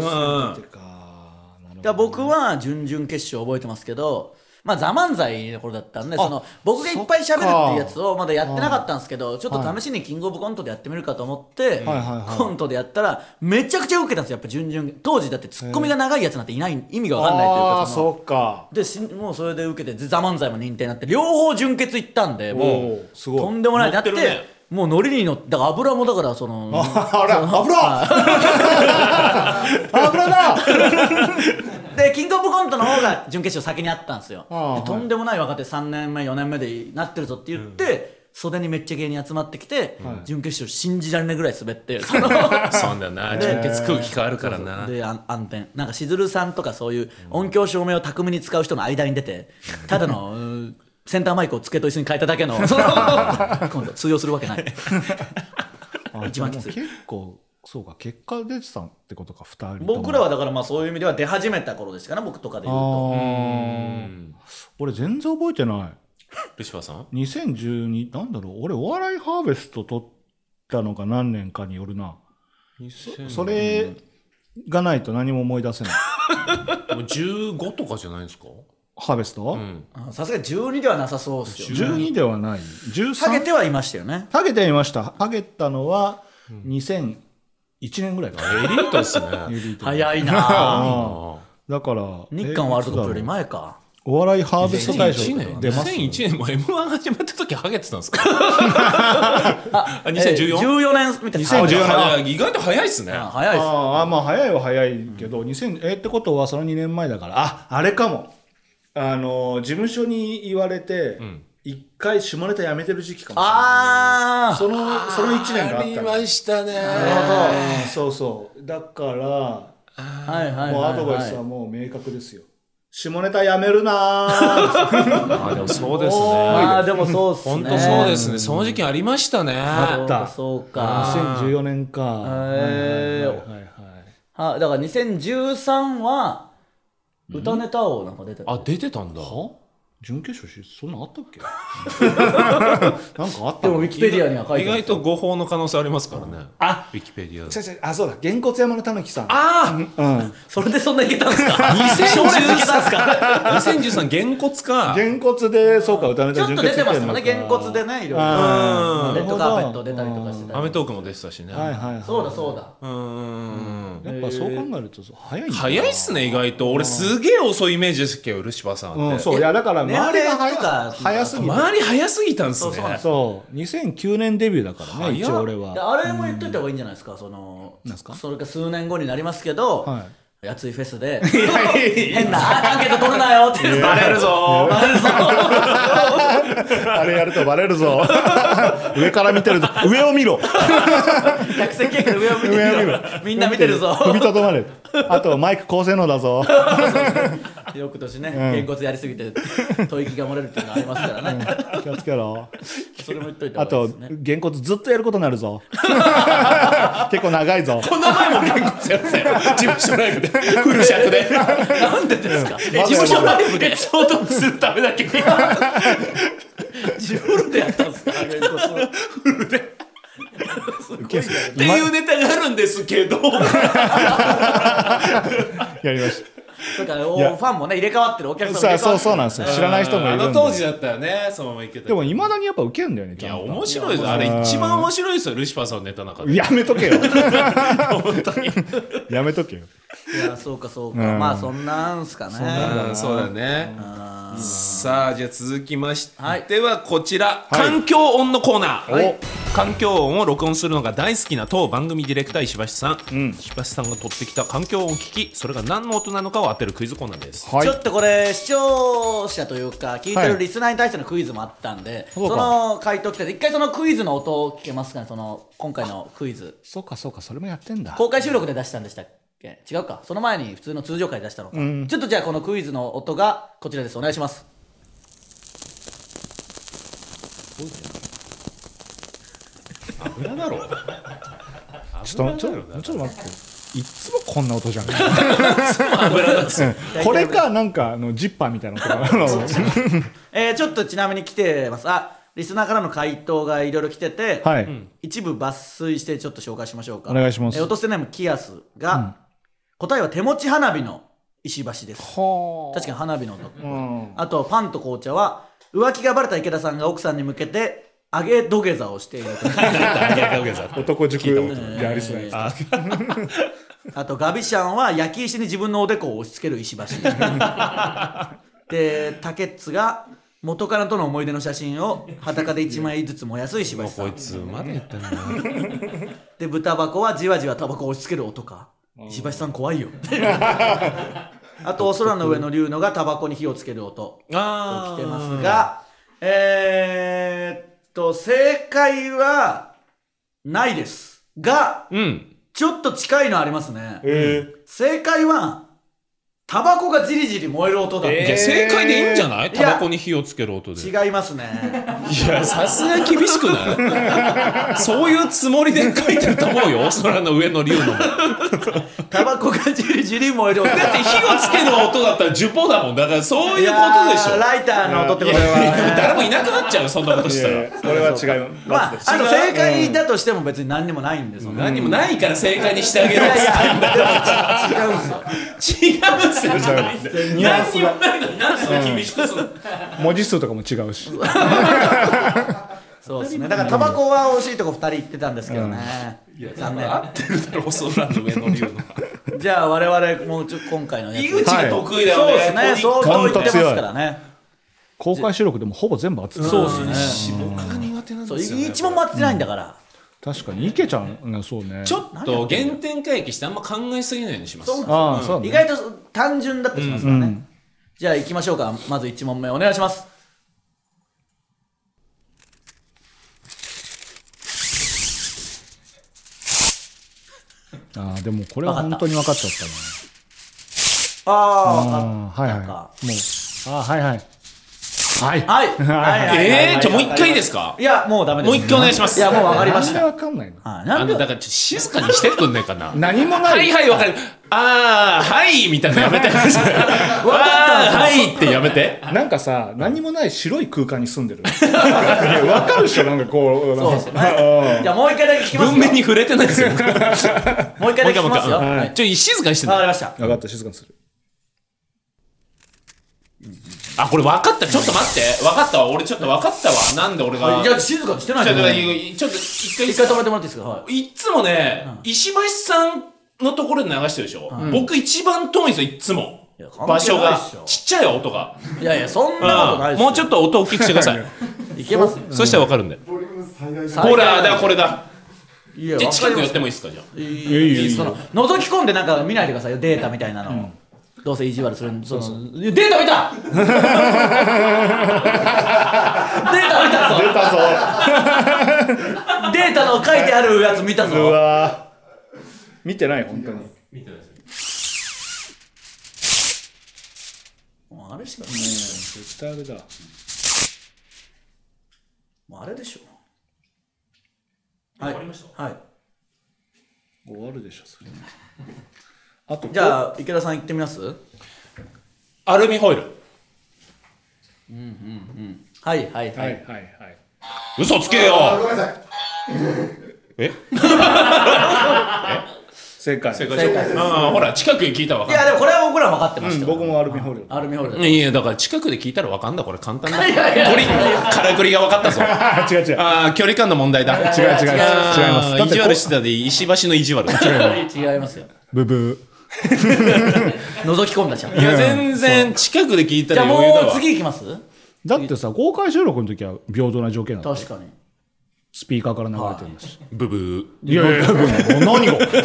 [SPEAKER 2] す
[SPEAKER 1] ん
[SPEAKER 2] ぎてかなるほど
[SPEAKER 3] だから僕は準々決勝覚えてますけどまあ、ザ漫才の頃だったんで、その、僕がいっぱい喋るっていうやつをまだやってなかったんですけど、ちょっと試しにキングオブコントでやってみるかと思って、
[SPEAKER 2] はいはい
[SPEAKER 3] コントでやったら、めちゃくちゃ受けたんですよ、やっぱ準々。当時だってツッコミが長いやつなんていない、意味がわかんないという
[SPEAKER 2] あ
[SPEAKER 3] か
[SPEAKER 2] あ、
[SPEAKER 3] その
[SPEAKER 2] そっか。
[SPEAKER 3] で、しもうそれで受けて、ザ漫才も認定になって、両方準決行ったんで、も
[SPEAKER 2] お
[SPEAKER 3] う
[SPEAKER 2] ー、すごい
[SPEAKER 3] とんでもないなって
[SPEAKER 1] 乗ってるね
[SPEAKER 3] もうノリに乗って、だから油もだから、その、
[SPEAKER 2] あら、油 油だ
[SPEAKER 3] でキングオブコントの方が準決勝先にあったんですよ
[SPEAKER 2] ああ
[SPEAKER 3] でとんでもない若手3年目4年目でなってるぞって言って、袖にめっちゃ芸人集まってきて、準決勝信じられないぐらい滑ってその
[SPEAKER 1] そうなんだな純血空気変わるからな
[SPEAKER 3] であん暗転なんかしずるさんとかそういう音響照明を巧みに使う人の間に出てただのうーセンターマイクを机と椅子に変えただけのその今度通用するわけない一番きつい
[SPEAKER 2] 結構、そうか、結果出てたってことか、二人とも。
[SPEAKER 3] 僕らはだからまあそういう意味では出始めた頃ですかね僕とかで
[SPEAKER 2] あ
[SPEAKER 3] 言うと
[SPEAKER 2] ー俺全然覚えてない。
[SPEAKER 1] ルシファーさん
[SPEAKER 2] 2012なんだろう俺お笑いハーベスト取ったのが何年かによるなそれがないと何も思い出せ ない
[SPEAKER 1] もう15とかじゃないですか
[SPEAKER 2] ハーベスト、
[SPEAKER 1] うん
[SPEAKER 3] うんさすがに12ではなさそうですよね
[SPEAKER 2] 12ではない
[SPEAKER 3] 下げ
[SPEAKER 2] 13
[SPEAKER 3] てはいましたよね。
[SPEAKER 2] ハゲてみましたハゲたのは2001年ぐらいかな、
[SPEAKER 1] エリートですね
[SPEAKER 2] エリート
[SPEAKER 3] 早 いなぁ
[SPEAKER 2] あーだから
[SPEAKER 3] 日韓ワールドカップより前か。
[SPEAKER 2] お笑いハーベスト大賞
[SPEAKER 1] 2001年
[SPEAKER 2] 出ます
[SPEAKER 1] 2001年も M1 始まった時ハゲてたんですかあ
[SPEAKER 3] えー
[SPEAKER 1] 2014?
[SPEAKER 3] 14年みたいな。
[SPEAKER 2] 2014
[SPEAKER 1] じ
[SPEAKER 2] 年
[SPEAKER 1] ゃあ意外と早いっすね
[SPEAKER 3] あ早いです。
[SPEAKER 2] あーあまあ早いは早いけど、2000えってことはその2年前だからああれかもあのー事務所に言われて、一回下ネタやめてる時期かもしれない
[SPEAKER 3] あー
[SPEAKER 2] そのその1年があったの
[SPEAKER 1] したね
[SPEAKER 2] なるほどそうそうだから、
[SPEAKER 3] はいはい
[SPEAKER 2] もうアド
[SPEAKER 3] は
[SPEAKER 2] バ
[SPEAKER 3] い
[SPEAKER 2] イス
[SPEAKER 3] は。
[SPEAKER 2] はいもう明確ですよ下ネタやめるな ー
[SPEAKER 1] あでもそうです
[SPEAKER 3] あ
[SPEAKER 1] ね
[SPEAKER 3] あ、でもそうっすね。
[SPEAKER 1] 本当そうですねその時期ありましたね
[SPEAKER 3] あ
[SPEAKER 2] った
[SPEAKER 3] そうか。
[SPEAKER 2] 2014年か
[SPEAKER 3] え
[SPEAKER 2] はい
[SPEAKER 3] ー
[SPEAKER 2] はい
[SPEAKER 3] あだから2013は、歌ネタ王なんか出てた。
[SPEAKER 1] あ出てたんだ
[SPEAKER 2] 準決勝しそんなんあったっけ なんかあった
[SPEAKER 3] で
[SPEAKER 2] の
[SPEAKER 3] もウィキペディアには書い
[SPEAKER 1] 意
[SPEAKER 3] てある
[SPEAKER 1] 外と誤報の可能性ありますからねあウィキペディアで
[SPEAKER 2] 違う違うあそうだげんこつ山のたぬきさん
[SPEAKER 1] あ
[SPEAKER 2] うん
[SPEAKER 3] それでそんないけたんすか いけたんすか
[SPEAKER 1] あ2013げんこつか
[SPEAKER 2] げんこつでそうか歌ネ
[SPEAKER 3] ち
[SPEAKER 2] タ
[SPEAKER 3] ょっ
[SPEAKER 2] 準
[SPEAKER 3] と
[SPEAKER 2] 決
[SPEAKER 3] 出てま
[SPEAKER 2] 勝
[SPEAKER 3] したもんね、げんこつでね、いろいろ。
[SPEAKER 2] あー
[SPEAKER 3] レッドカーペット出たりとかしてた
[SPEAKER 1] ア
[SPEAKER 3] り。
[SPEAKER 1] メトークも出てたしね
[SPEAKER 2] はいはいはい
[SPEAKER 3] そうだそうだ。
[SPEAKER 1] うんうんうん
[SPEAKER 2] やっぱそう考えると早いんだ
[SPEAKER 1] 早いっすね意外と俺すげえ遅いイメージですけど漆葉さん
[SPEAKER 2] う
[SPEAKER 1] っ
[SPEAKER 2] ん
[SPEAKER 1] て
[SPEAKER 2] そういやだから
[SPEAKER 3] 年齢
[SPEAKER 2] 周りが
[SPEAKER 3] とか
[SPEAKER 2] 早早すぎて
[SPEAKER 1] 周り早すぎたんすね
[SPEAKER 2] そう2009年デビューだから
[SPEAKER 1] 早っ
[SPEAKER 2] ね一応俺は
[SPEAKER 3] あれも言っといた方がいいんじゃないですか、その
[SPEAKER 2] なんすか
[SPEAKER 3] それか数年後になりますけど、
[SPEAKER 2] は
[SPEAKER 3] やついフェ スで変なアンケート取るなよっていう
[SPEAKER 1] バレるぞー
[SPEAKER 2] あれやるとバレるぞ 上から見てるぞ上を見ろ
[SPEAKER 3] 客席やから上を見て
[SPEAKER 2] 上を見
[SPEAKER 3] る
[SPEAKER 2] ろ
[SPEAKER 3] よみんな見てるぞ
[SPEAKER 2] 踏みとどまれあとマイク高性能だぞ
[SPEAKER 3] 翌年ねげんこつやりすぎて吐息が漏れるっていうのありますからね、
[SPEAKER 2] 気をつけろ
[SPEAKER 3] それも言っといた
[SPEAKER 2] あ
[SPEAKER 3] 方がい
[SPEAKER 2] と
[SPEAKER 3] いですね
[SPEAKER 2] げんこつずっとやることになるぞ結構長いぞ
[SPEAKER 1] この前もげんこつやってたよ事務所ライブでフル尺で
[SPEAKER 3] なんでですか、
[SPEAKER 1] え事務所ライブで相当するためだけに
[SPEAKER 3] 自分でやったんですかげんこ
[SPEAKER 1] っていうネタがあるんですけど、
[SPEAKER 2] やりました
[SPEAKER 3] つだからお
[SPEAKER 2] いや
[SPEAKER 3] ファンもね入れ替わってるお客さん
[SPEAKER 2] さ
[SPEAKER 3] も入れ
[SPEAKER 2] あ
[SPEAKER 3] 替わ
[SPEAKER 2] そうそう
[SPEAKER 3] ってる
[SPEAKER 2] なんですよ知らない人もいる
[SPEAKER 1] あ
[SPEAKER 2] んで
[SPEAKER 1] の当時だったらね、そのままいけたけ
[SPEAKER 2] で
[SPEAKER 1] ど。
[SPEAKER 2] もいまだにやっぱウケるんだよね
[SPEAKER 1] い
[SPEAKER 2] ちゃ
[SPEAKER 1] や、
[SPEAKER 2] んと
[SPEAKER 1] 面白いです。あれ一番面白いですよ、ルシファーさんのネタの中で。
[SPEAKER 2] やめとけよ
[SPEAKER 1] 本当に。
[SPEAKER 2] やめとけよ
[SPEAKER 3] いやそうかそうか、
[SPEAKER 2] うん
[SPEAKER 3] まあそんなんすかね
[SPEAKER 1] うんそうだね。さあ、じゃあ続きまし
[SPEAKER 3] はい
[SPEAKER 1] てはこちら、
[SPEAKER 2] はい
[SPEAKER 1] 環境音のコーナー。
[SPEAKER 2] はい
[SPEAKER 1] 環境音を録音するのが大好きな当番組ディレクター石橋さん、
[SPEAKER 2] ん
[SPEAKER 1] 石橋さんが取ってきた環境音を聞きそれが何の音なのかを当てるクイズコーナーです
[SPEAKER 2] はい
[SPEAKER 3] ちょっとこれ視聴者というか聞いてるリスナーに対してのクイズもあったんで、
[SPEAKER 2] そうか
[SPEAKER 3] その回答来てて一回そのクイズの音を聞けますかねその今回のクイズ
[SPEAKER 2] そうかそうかそれもやってんだ
[SPEAKER 3] 公開収録で出したんでしたっけ違うかその前に普通の通常回で出したのか、ちょっとじゃあこのクイズの音がこちらですお願いします
[SPEAKER 1] 油だろ
[SPEAKER 2] ちょっとちょっとちょっと待っていっつもこんな 音じゃないうんこれかなんかあのジッパーみたいな音があの
[SPEAKER 3] えー、ちょっとちなみに来てますあリスナーからの回答がいろいろ来てて、
[SPEAKER 2] はい、
[SPEAKER 3] 一部抜粋してちょっと紹介しましょうか
[SPEAKER 2] お願いします
[SPEAKER 3] えー、落とせネームキアスが、答えは手持ち花火の石橋です
[SPEAKER 2] は
[SPEAKER 3] 確かに花火の音、
[SPEAKER 2] うん
[SPEAKER 3] あとパンと紅茶は浮気がバレた池田さんが奥さんに向けて揚げ土下座をしていると
[SPEAKER 2] 男塾でありそうな やつ
[SPEAKER 3] あとガビシャンは焼き石に自分のおでこを押し付ける石橋でタケッツが元カノとの思い出の写真を裸で1枚ずつ燃やす石橋さ
[SPEAKER 1] こい
[SPEAKER 3] ん
[SPEAKER 1] つまでやってんの
[SPEAKER 3] で豚箱はじわじわタバコを押し付ける音か石橋さん怖いよ あとお空の上の竜のがタバコに火をつける音
[SPEAKER 1] あ
[SPEAKER 3] 来てますが、えー、っと、正解はないです。が、
[SPEAKER 1] うん
[SPEAKER 3] ちょっと近いのありますね。
[SPEAKER 2] え
[SPEAKER 3] 正解は、タバコがじりじり燃える音だ。
[SPEAKER 1] じゃあ正解でいいんじゃない
[SPEAKER 3] いや
[SPEAKER 1] タバコに火をつける音でい
[SPEAKER 3] 違いますね。
[SPEAKER 1] やさすがに厳しくない そういうつもりで書いてると思うよ空の上の竜のも
[SPEAKER 3] タバコがじりじり燃える音。
[SPEAKER 1] だって火をつける音だったら受報だもんだからそういうことでし
[SPEAKER 3] いやー
[SPEAKER 1] ょ
[SPEAKER 3] ライターの音ってこと
[SPEAKER 2] いやいや
[SPEAKER 3] は。
[SPEAKER 1] 誰もいなくなっちゃうよそんなこと
[SPEAKER 2] え
[SPEAKER 1] し
[SPEAKER 2] い
[SPEAKER 1] た
[SPEAKER 2] や
[SPEAKER 1] ら
[SPEAKER 2] いやこれは違う
[SPEAKER 3] まあ、あの
[SPEAKER 1] 違う
[SPEAKER 3] 正解だとしても別に何にもないんですよ、ね。
[SPEAKER 1] 何もないから正解にしてあげろっ
[SPEAKER 3] い
[SPEAKER 1] つっ
[SPEAKER 3] やいや、でも違うんですよ。
[SPEAKER 1] て違うんすよじゃないんだよ
[SPEAKER 2] ニュアン
[SPEAKER 1] 何
[SPEAKER 2] ス
[SPEAKER 1] にも
[SPEAKER 2] が
[SPEAKER 1] ないのに何その厳しくするの
[SPEAKER 2] 文字数とかも違うし
[SPEAKER 3] そうですね。だからタバコは惜しいとこ二人言ってたんですけどね。残念。
[SPEAKER 1] 合ってるだろ空の上の竜の
[SPEAKER 3] じゃあ我々もうちょっと今回のやつ
[SPEAKER 1] 井口が得意だよ
[SPEAKER 3] そう
[SPEAKER 1] ね
[SPEAKER 3] ですね相当言ってますからね
[SPEAKER 2] 公開収録でもほぼ全部当てた
[SPEAKER 3] そうですね
[SPEAKER 1] 僕が苦手なん
[SPEAKER 3] そう
[SPEAKER 1] ですよね
[SPEAKER 3] 一問も当ててないんだから
[SPEAKER 2] 確かに池ちゃんうんそうね
[SPEAKER 1] ちょっと原点回帰してあんま考えすぎないようにします
[SPEAKER 3] そう
[SPEAKER 2] ああそう
[SPEAKER 3] 意
[SPEAKER 2] だね
[SPEAKER 3] 外と単純だったりしますからねじゃあ行きましょうかまず一問目お願いします
[SPEAKER 2] ああでもこれは本当に分かっちゃったな
[SPEAKER 3] あ
[SPEAKER 2] ああはいはい
[SPEAKER 3] な
[SPEAKER 2] もう
[SPEAKER 3] んか
[SPEAKER 2] ああはいはいはい
[SPEAKER 3] あはいはいはい
[SPEAKER 1] えーじゃあもう一回いいですか
[SPEAKER 3] いやもうダメです
[SPEAKER 1] もう一回お願いします
[SPEAKER 3] いやもう分かりまし
[SPEAKER 2] なんで
[SPEAKER 3] た
[SPEAKER 2] 分かんないの
[SPEAKER 3] はい
[SPEAKER 1] あ
[SPEAKER 3] なん
[SPEAKER 1] のだ
[SPEAKER 3] で
[SPEAKER 1] からちょっと静かにしてくんないかな
[SPEAKER 2] 何もな
[SPEAKER 1] はいいはいわかるああはいみたいなのやめてわかったはいってやめて
[SPEAKER 2] なんかさ、何もない白い空間に住んでる。 いやわかるでしょ、なんかこう。
[SPEAKER 3] そうですよねじゃあもう一回だけ聞きます
[SPEAKER 1] 文
[SPEAKER 3] よ
[SPEAKER 1] 面に触れてないですよもう一
[SPEAKER 3] もう一回だけ聞きますよ
[SPEAKER 1] もう一回
[SPEAKER 3] はい
[SPEAKER 1] ちょい静かにして
[SPEAKER 3] 分か
[SPEAKER 1] ね
[SPEAKER 3] りました
[SPEAKER 2] 分かった、静かにする。
[SPEAKER 1] あこれ分かったちょっと待って分かったわ俺ちょっと分かったわなんで俺が
[SPEAKER 3] いや静かにしてない
[SPEAKER 1] ちょ
[SPEAKER 3] で
[SPEAKER 1] っ
[SPEAKER 3] く
[SPEAKER 1] と
[SPEAKER 3] ださい
[SPEAKER 1] ちょっと一回
[SPEAKER 3] 一回止めてもらっていいですかはい
[SPEAKER 1] っつもね、石橋さんのところで流してるでしょ、僕一番遠いんですよいっつも
[SPEAKER 3] いや関係ない
[SPEAKER 1] 場
[SPEAKER 3] っしょ
[SPEAKER 1] 所がちっちゃいわ音が、
[SPEAKER 3] いやいやそんなことないですよ
[SPEAKER 1] もうちょっと音大きくしてください
[SPEAKER 3] いけますよ
[SPEAKER 1] そしたら分かるんで、
[SPEAKER 3] 最
[SPEAKER 1] ほ
[SPEAKER 3] 悪
[SPEAKER 1] らだこれだ
[SPEAKER 3] いや
[SPEAKER 1] じゃあ
[SPEAKER 3] わか
[SPEAKER 1] 近
[SPEAKER 3] り
[SPEAKER 1] く
[SPEAKER 3] ま
[SPEAKER 1] 寄
[SPEAKER 3] し
[SPEAKER 1] ったてもいいですかじゃあ
[SPEAKER 3] いい
[SPEAKER 2] やいやいや
[SPEAKER 3] その覗き込んでなんか見ないでくださいよデータみたいなの、どうせ意地悪するんそのいやデータ見たデータ見たぞ
[SPEAKER 2] 出たぞ。
[SPEAKER 3] データの書いてあるやつ見た
[SPEAKER 2] う
[SPEAKER 3] ぞ
[SPEAKER 2] わー見てない、本当に。
[SPEAKER 3] もうあれしか
[SPEAKER 2] 絶対あれだ。
[SPEAKER 3] もうあれでしょはいはい
[SPEAKER 2] 終わるでしょ、それ。あと、
[SPEAKER 3] じゃあ池田さん行ってみます
[SPEAKER 1] アルミホイル
[SPEAKER 3] はいは
[SPEAKER 2] おはい
[SPEAKER 3] いは、
[SPEAKER 2] いはいはい。
[SPEAKER 1] 嘘つけよ
[SPEAKER 6] ごめんなさい。
[SPEAKER 1] え
[SPEAKER 2] 正解。
[SPEAKER 1] 正
[SPEAKER 3] 正解
[SPEAKER 1] 解うんほら近くに聞いたら
[SPEAKER 3] い
[SPEAKER 1] 分か
[SPEAKER 3] やでもこれは僕ら分かってました、
[SPEAKER 2] 僕もアルミホイル。
[SPEAKER 3] アルミホール
[SPEAKER 1] るいやだから近くで聞いたら分かんだこれ簡単だ
[SPEAKER 3] いやいや
[SPEAKER 1] これからくりが分かったぞ
[SPEAKER 2] あ、違う違う。
[SPEAKER 1] ああ距離感の問題だ
[SPEAKER 2] 違う違う。違い
[SPEAKER 3] 違う
[SPEAKER 2] ます。
[SPEAKER 1] あ
[SPEAKER 2] だ
[SPEAKER 1] ー
[SPEAKER 2] っ
[SPEAKER 1] 意地
[SPEAKER 2] てこ
[SPEAKER 1] 悪してたで石橋の意地悪
[SPEAKER 3] 違いますよ
[SPEAKER 2] う、ブブ
[SPEAKER 3] 覗き込んだじゃん
[SPEAKER 1] い
[SPEAKER 3] じ
[SPEAKER 1] や全然近くで聞いた
[SPEAKER 3] ゃあ
[SPEAKER 1] ら
[SPEAKER 3] も
[SPEAKER 1] 余裕だ
[SPEAKER 3] う
[SPEAKER 1] わ
[SPEAKER 3] 次行きます
[SPEAKER 2] ー。だってさ、公開収録の時は平等な条件だった。
[SPEAKER 3] 確かに
[SPEAKER 2] スピーカーから流れてるんだし。
[SPEAKER 1] ブブ
[SPEAKER 2] いやいやいや、もう何が。
[SPEAKER 3] じゃあ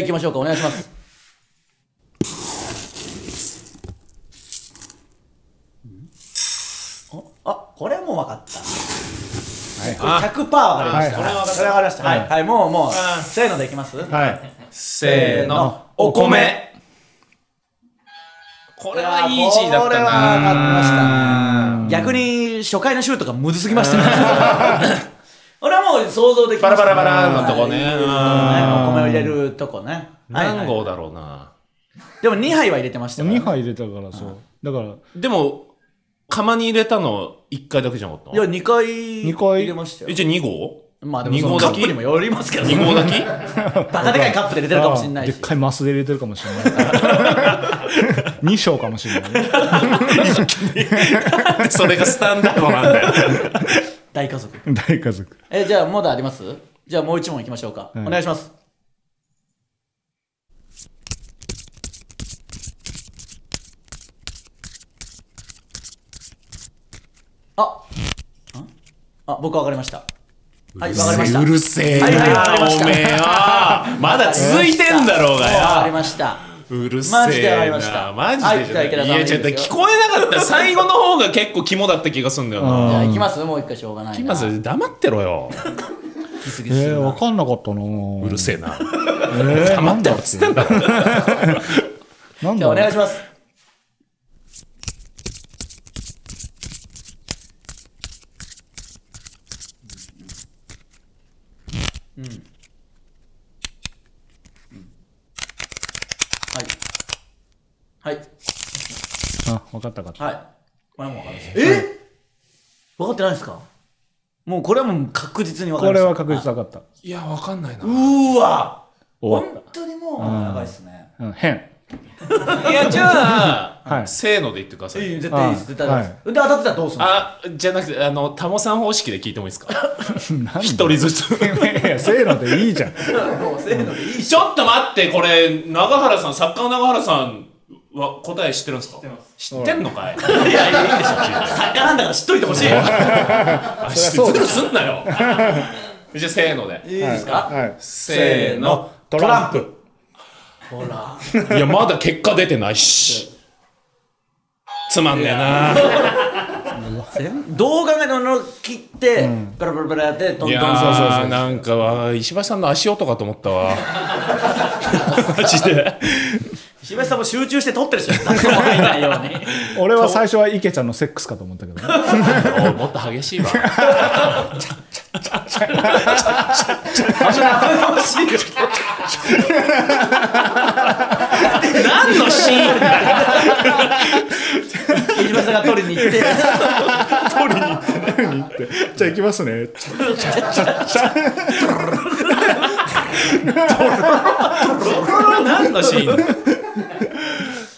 [SPEAKER 3] 行きましょうかお願いしますああこれはもう分かったはい100%分かりました
[SPEAKER 2] はい
[SPEAKER 3] これは分かりましたはい、はいもうもう
[SPEAKER 1] あー
[SPEAKER 3] せーのでいきますこ
[SPEAKER 2] はい。
[SPEAKER 1] せーの
[SPEAKER 3] お
[SPEAKER 1] お
[SPEAKER 3] 米
[SPEAKER 1] 米これはイージーだっ
[SPEAKER 3] これ
[SPEAKER 1] たな
[SPEAKER 3] は分かりましたね逆に初回のシュートがむずすぎま したね俺はもう想像できました
[SPEAKER 1] バラバラバラのとこね
[SPEAKER 3] はい
[SPEAKER 1] うん
[SPEAKER 3] お米を入れるとこねはいはい
[SPEAKER 1] 何号だろうな
[SPEAKER 3] でも2杯は入れてましたからね
[SPEAKER 2] 2杯入れたからそうだから
[SPEAKER 1] でも釜に入れたの1回だけじゃなかっ
[SPEAKER 3] いや、2回
[SPEAKER 2] 二回
[SPEAKER 3] 入れました
[SPEAKER 1] たえ
[SPEAKER 3] よ。
[SPEAKER 1] じゃあ2号
[SPEAKER 3] まあでも
[SPEAKER 1] 二
[SPEAKER 3] そ
[SPEAKER 1] 合
[SPEAKER 3] のカッ
[SPEAKER 1] 炊き
[SPEAKER 3] プにもよりますけど
[SPEAKER 1] 二合炊き
[SPEAKER 3] バカでかいカップで入れてるかもしれない
[SPEAKER 2] で
[SPEAKER 3] し
[SPEAKER 2] っかいマスで入れてるかもしれない2章かもしれないね
[SPEAKER 1] それがスタンダードなんだよ。
[SPEAKER 3] 大家族
[SPEAKER 2] 大家族
[SPEAKER 3] えじゃあまだありますじゃあもう一問いきましょうか、
[SPEAKER 2] ん
[SPEAKER 3] お願いしますあんあ僕わかりましたはいわかりました
[SPEAKER 1] うるせえ
[SPEAKER 3] はいはいわかり
[SPEAKER 1] な、
[SPEAKER 3] まし
[SPEAKER 1] お
[SPEAKER 3] た
[SPEAKER 1] めえは。まだ続いてんだろうが
[SPEAKER 3] わかり
[SPEAKER 1] よ。
[SPEAKER 3] ました
[SPEAKER 1] うるせえな。
[SPEAKER 3] マジでわかりました
[SPEAKER 1] マジでじゃない。
[SPEAKER 3] はいじゃあ池田さん
[SPEAKER 1] いや、ちょっと
[SPEAKER 3] いいです
[SPEAKER 1] 聞
[SPEAKER 3] よ
[SPEAKER 1] こえなかった。最後の方が結構肝だった気がすんだよな。
[SPEAKER 3] じゃあ行きますもう一回しょうがないな
[SPEAKER 1] 今すぐ黙ってろよ。
[SPEAKER 3] ギス
[SPEAKER 2] え
[SPEAKER 3] ギスす
[SPEAKER 2] ー、
[SPEAKER 3] るな
[SPEAKER 2] 分かんなかったな
[SPEAKER 1] う
[SPEAKER 2] う
[SPEAKER 1] るせえな。
[SPEAKER 2] えー、
[SPEAKER 1] 黙ってろっつってんだろ。
[SPEAKER 2] なん
[SPEAKER 3] じ
[SPEAKER 2] だ
[SPEAKER 3] ゃあお願
[SPEAKER 2] ろ
[SPEAKER 3] いしますはい。はい。
[SPEAKER 2] うあ分かった分かった
[SPEAKER 3] はい。これはもう分かりました。え分かってないですかもうこれはもう確実に分か
[SPEAKER 2] こ
[SPEAKER 3] りま
[SPEAKER 2] れ
[SPEAKER 3] した。
[SPEAKER 2] は確実
[SPEAKER 3] は
[SPEAKER 2] 分
[SPEAKER 3] い
[SPEAKER 2] かった
[SPEAKER 1] いや、わかんないな。
[SPEAKER 3] うーわ
[SPEAKER 2] 終わ
[SPEAKER 3] 本当にもう、やばいっすね。
[SPEAKER 2] った、うん、変
[SPEAKER 1] いや、じゃあ、
[SPEAKER 2] はい
[SPEAKER 1] せーので言ってくださ
[SPEAKER 3] いい
[SPEAKER 1] い。
[SPEAKER 3] よ絶対いいです。絶対いいです。
[SPEAKER 2] は
[SPEAKER 3] で、当たってたらどうすんの
[SPEAKER 1] あ、じゃなくて、あの、タモさん方式で聞いてもいいですか一人ず つ。
[SPEAKER 2] いやいやせーのでいいじゃん
[SPEAKER 3] もうせーのでいいし。
[SPEAKER 1] ちょっと待って、これ、長原さん、作家の長原さんは答え知ってるんですか知ってんのかい
[SPEAKER 3] いや、いやいいでしょ。作家なんだから知っといてほしい。い
[SPEAKER 1] あ、
[SPEAKER 2] そりゃそうだ
[SPEAKER 1] ズルすんなよ。じゃあ、せーので。
[SPEAKER 3] いですか
[SPEAKER 2] はい、
[SPEAKER 1] せーの。
[SPEAKER 2] トランプ
[SPEAKER 3] ほら。
[SPEAKER 1] いや、まだ結果出てないし。つまんねえな。
[SPEAKER 3] 動画のの切って、バラバラバラやって、どんどん
[SPEAKER 1] いや
[SPEAKER 3] そうそう
[SPEAKER 1] ー、なんかは、石橋さんの足音かと思った わ。マジで。
[SPEAKER 3] 柴田さんも集中して撮ってるし、雑草も入んないように。
[SPEAKER 2] 俺は最初は池ちゃんのセックスかと思ったけど、ね、
[SPEAKER 1] おいもっと激しいわ。何のシーンだ
[SPEAKER 3] 石橋さんが撮りに行って、
[SPEAKER 2] じゃあ行きますね
[SPEAKER 1] 何のシーンだ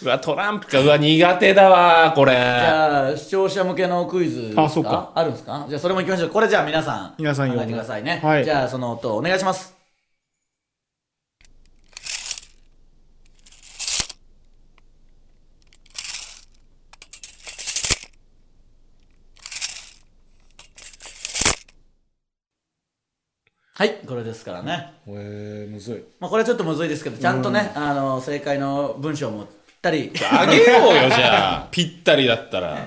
[SPEAKER 1] うわ、トランプか。うわ、苦手だわ、こ
[SPEAKER 3] じ
[SPEAKER 1] れ。
[SPEAKER 3] ゃあ視聴者向けのクイズですか
[SPEAKER 2] あそうか
[SPEAKER 3] あるんですかじゃあそれも行きましょう。これじゃあ皆さん、
[SPEAKER 2] 皆さんよ
[SPEAKER 3] 考えてくださいね。
[SPEAKER 2] はい
[SPEAKER 3] じゃあその音お願いします。はい、これですからね。
[SPEAKER 2] えー、むずい
[SPEAKER 3] まあこれはちょっとむずいですけど、ちゃんとね、あの正解の文章もぴったり。
[SPEAKER 1] あげようよ、じゃあ。ぴったりだったら。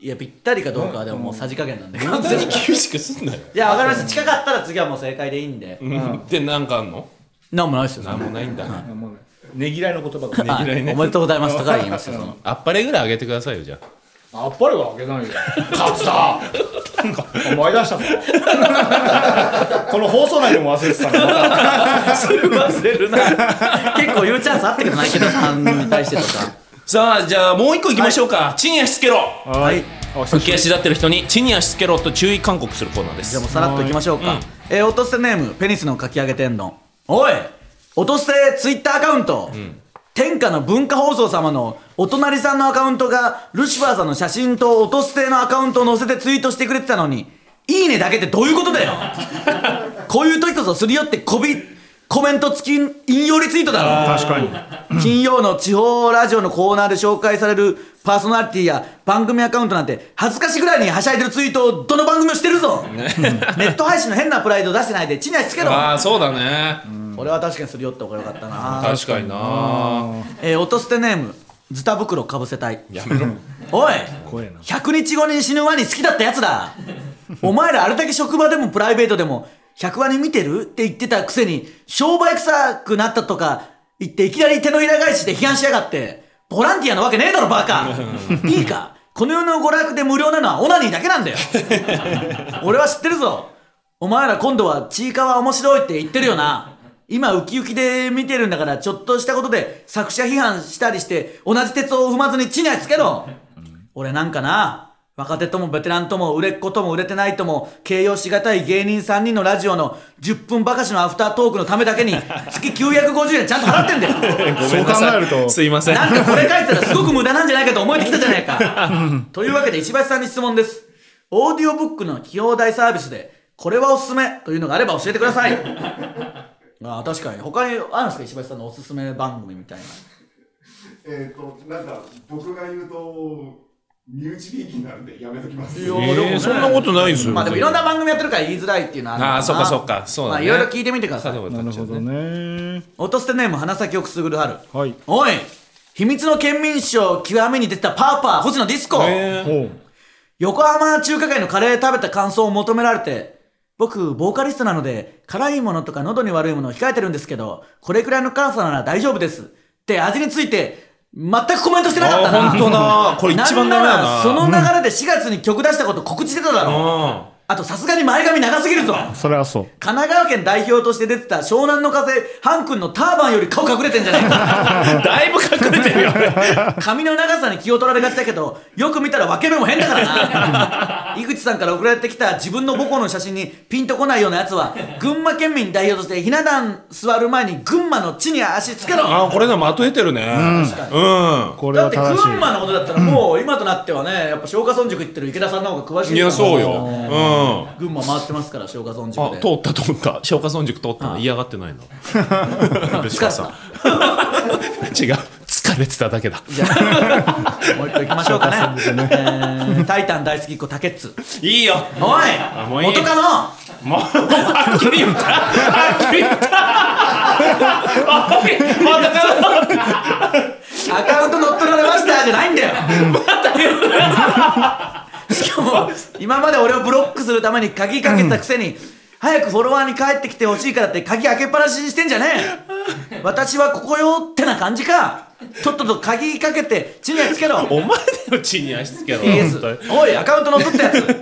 [SPEAKER 3] いや、ぴったりかどうかはでももうさじ加減なんで。
[SPEAKER 1] 完全に厳しくすんなよ。
[SPEAKER 3] いや、わかりました。近かったら次はもう正解でいいんで。
[SPEAKER 1] で、なんかあんの
[SPEAKER 3] なんもないですよ。
[SPEAKER 1] なんもないんだな。
[SPEAKER 2] ねぎらいの言葉がね
[SPEAKER 3] あおめでとうございます。高い言いますよ。その
[SPEAKER 1] あっぱれぐらいあげてくださいよ、じゃ
[SPEAKER 2] あっぱれはあげないよ勝つだ思い出したぞこの放送内でも忘れてたの
[SPEAKER 3] 忘れるな。結構言うチャンスあってくれないけど、さんに対してとか。
[SPEAKER 1] あ。さあ、じゃあもう一個いきましょうか。地に足つけろ
[SPEAKER 3] はい。
[SPEAKER 1] 浮き足立ってる人に地に足つけろと注意勧告するコーナーで
[SPEAKER 3] じ
[SPEAKER 1] す
[SPEAKER 3] ゃあもう。さらっといきましょうか。えー、落とせネーム、ペニスのかき揚げ天丼。おい落とせツイッターアカウント、天下の文化放送様のお隣さんのアカウントが、ルシファーさんの写真と落とせのアカウントを載せてツイートしてくれてたのに、いいねだけってどういうことだ よこういう時こそすり寄ってこび、コメント付き引用リツイートだろ
[SPEAKER 2] 確かに
[SPEAKER 3] 金曜の地方ラジオのコーナーで紹介されるパーソナリティや番組アカウントなんて恥ずかしいぐらいにはしゃいでるツイートをどの番組もしてるぞネット配信の変なプライド出してないで地に足つけろ
[SPEAKER 1] ああ、そうだね。
[SPEAKER 3] 俺は確かにするよって方がよかったな、
[SPEAKER 1] 確かにな。
[SPEAKER 3] えー、音捨てネームズタ袋かぶせたい
[SPEAKER 1] やめろ。
[SPEAKER 3] おい
[SPEAKER 2] 怖えな
[SPEAKER 3] 100日後に死ぬワニ好きだったやつだお前らあれだけ職場でもプライベートでも100ワニ見てるって言ってたくせに商売臭くなったとか言っていきなり手のひら返しで批判しやがってボランティアなわけねえだろバ カいいかこの世の娯楽で無料なのはオナニーだけなんだよ俺は知ってるぞお前ら今度はちいかわ面白いって言ってるよな今ウキウキで見てるんだからちょっとしたことで作者批判したりして同じ鉄を踏まずに地に足つけろ俺なんかな、若手ともベテランとも売れっ子とも売れてないとも形容しがたい芸人3人のラジオの10分ばかしのアフタートークのためだけに月950円ちゃんと払ってんだよ
[SPEAKER 1] ごめんなさい
[SPEAKER 2] そう考えると
[SPEAKER 1] すいません
[SPEAKER 3] なんかこれ書いてたらすごく無駄なんじゃないかと思えてきたじゃないか。というわけで石橋さんに質問です。オーディオブックの費用代サービスで、これはおすすめというのがあれば教えてくだ さい。ああ、確かに。他にあるんですか石橋さんのおすすめ番組みたいな。
[SPEAKER 7] えっ、と、なんか、僕が言うと、身内びいきになるんで、やめときます。
[SPEAKER 4] えーそんなことないですよ。
[SPEAKER 3] まあでもいろんな番組やってるから言いづらいっていうのはあるのな
[SPEAKER 1] あーそっかそっかそうだね
[SPEAKER 3] まあいろいろ聞いてみてください。
[SPEAKER 2] なるほどね
[SPEAKER 3] 落としてネーム花咲をくすぐる春。
[SPEAKER 2] はい
[SPEAKER 3] おい秘密の県民賞極めに出てたパーパー星野ディスコ、
[SPEAKER 2] ほう
[SPEAKER 3] 横浜中華街のカレー食べた感想を求められて、僕、ボーカリストなので、辛いものとか喉に悪いものを控えてるんですけど、これくらいの辛さなら大丈夫です。って味について、全くコメントしてなかったな。
[SPEAKER 4] あーほんとなこれ一番ダメだなん
[SPEAKER 3] ならその流れで4月に曲出したこと告知してただろ。あと、さすがに前髪長すぎ るぞ。
[SPEAKER 2] それはそう
[SPEAKER 3] 神奈川県代表として出てた湘南の風、ハン君のターバンより顔隠れてんじゃないか。
[SPEAKER 1] だいぶ隠れてるよ
[SPEAKER 3] 髪の長さに気を取られがちだけど、よく見たら分け目も変だからな。井口さんから送られてきた自分の母校の写真にピンとこないようなやつは、群馬県民代表としてひな壇座る前に群馬の地に足つけろ
[SPEAKER 4] あーこれがまとえてるね。う
[SPEAKER 2] これ
[SPEAKER 3] だっ
[SPEAKER 2] は
[SPEAKER 3] て
[SPEAKER 2] 正しい
[SPEAKER 3] 群馬のことだったらもう今となってはね、やっぱ松下村塾行ってる池田さんの方が詳しい
[SPEAKER 4] ん。い
[SPEAKER 3] から
[SPEAKER 4] やそうよ。うん。
[SPEAKER 3] 群馬回ってますから、松下村塾
[SPEAKER 4] あ
[SPEAKER 3] で。
[SPEAKER 4] 通った通った消化村塾通ったの嫌がっ てないの吉川さん違う疲れてただけだ
[SPEAKER 3] じゃあ、もう一個行きましょうかね。えータイタン大好きっ子、タケッツ。
[SPEAKER 1] いいよ
[SPEAKER 3] おい
[SPEAKER 1] もういい
[SPEAKER 3] 元カノ
[SPEAKER 1] もうはっきり言ったはっきり言ったあおい またか
[SPEAKER 3] アカウント乗っ取られましたじゃないんだ よ。しかも、今まで俺をブロックするために鍵かけてたくせに、早くフォロワーに帰ってきてほしいからって鍵開けっぱなしにしてんじゃねえ私はここよってな感じかとっとと鍵かけて地に足つけろ
[SPEAKER 1] お前だよ地に足つけろ
[SPEAKER 3] PS おいアカウント乗っ取ったやつ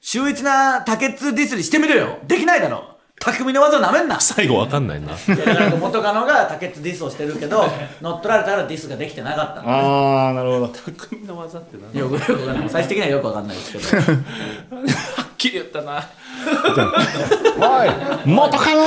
[SPEAKER 3] 秀逸なタケツディスりしてみろよできないだろ匠の技なめんな
[SPEAKER 4] 最後わかんないな
[SPEAKER 3] いやだから元カノがタケツディスをしてるけ ど乗っ取られたらディスができてなかったの
[SPEAKER 2] ああなるほど
[SPEAKER 1] 匠の技ってなは
[SPEAKER 3] よくよくわかんない最終的にはよくわかんないですけど
[SPEAKER 1] っきり言ったな
[SPEAKER 2] おい元カノ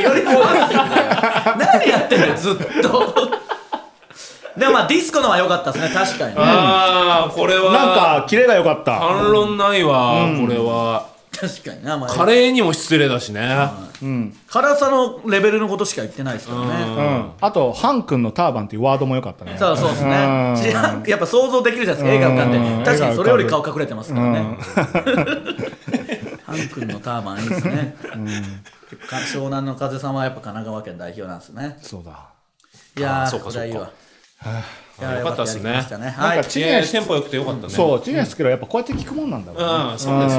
[SPEAKER 3] より怖い 何やってるのずっと でもまあディスコのは良かったですね確かにね
[SPEAKER 1] ああこれは
[SPEAKER 2] なんかキレが良かった
[SPEAKER 4] 反論ないわ、これは
[SPEAKER 3] 確かにな、まあ、
[SPEAKER 4] カレーにも失礼だしね、
[SPEAKER 3] 辛さのレベルのことしか言ってないですからね
[SPEAKER 2] うんあとハン君のターバンっていうワードも良かったね
[SPEAKER 3] そうそうですね
[SPEAKER 2] うん
[SPEAKER 3] 知らんやっぱ想像できるじゃないですか映画浮か
[SPEAKER 2] うんん
[SPEAKER 3] で確かにそれより顔隠れてますからねハン君のターバンいいですねか湘南の風さんはやっぱ神奈川県代表なんですね
[SPEAKER 2] そうだ
[SPEAKER 3] いや
[SPEAKER 4] あー
[SPEAKER 3] ー
[SPEAKER 4] そうかそ
[SPEAKER 3] これはいい
[SPEAKER 4] うか
[SPEAKER 3] わいやー
[SPEAKER 4] よかったです
[SPEAKER 3] やり
[SPEAKER 4] ね
[SPEAKER 3] ましたね
[SPEAKER 2] な
[SPEAKER 3] は
[SPEAKER 2] ん
[SPEAKER 3] い
[SPEAKER 2] か地
[SPEAKER 4] い
[SPEAKER 2] に
[SPEAKER 4] や
[SPEAKER 2] 足
[SPEAKER 4] テンポよくてよかったね
[SPEAKER 2] そう地に足つけどやっぱこうやって聞くもんなんだろうね
[SPEAKER 4] うんそうです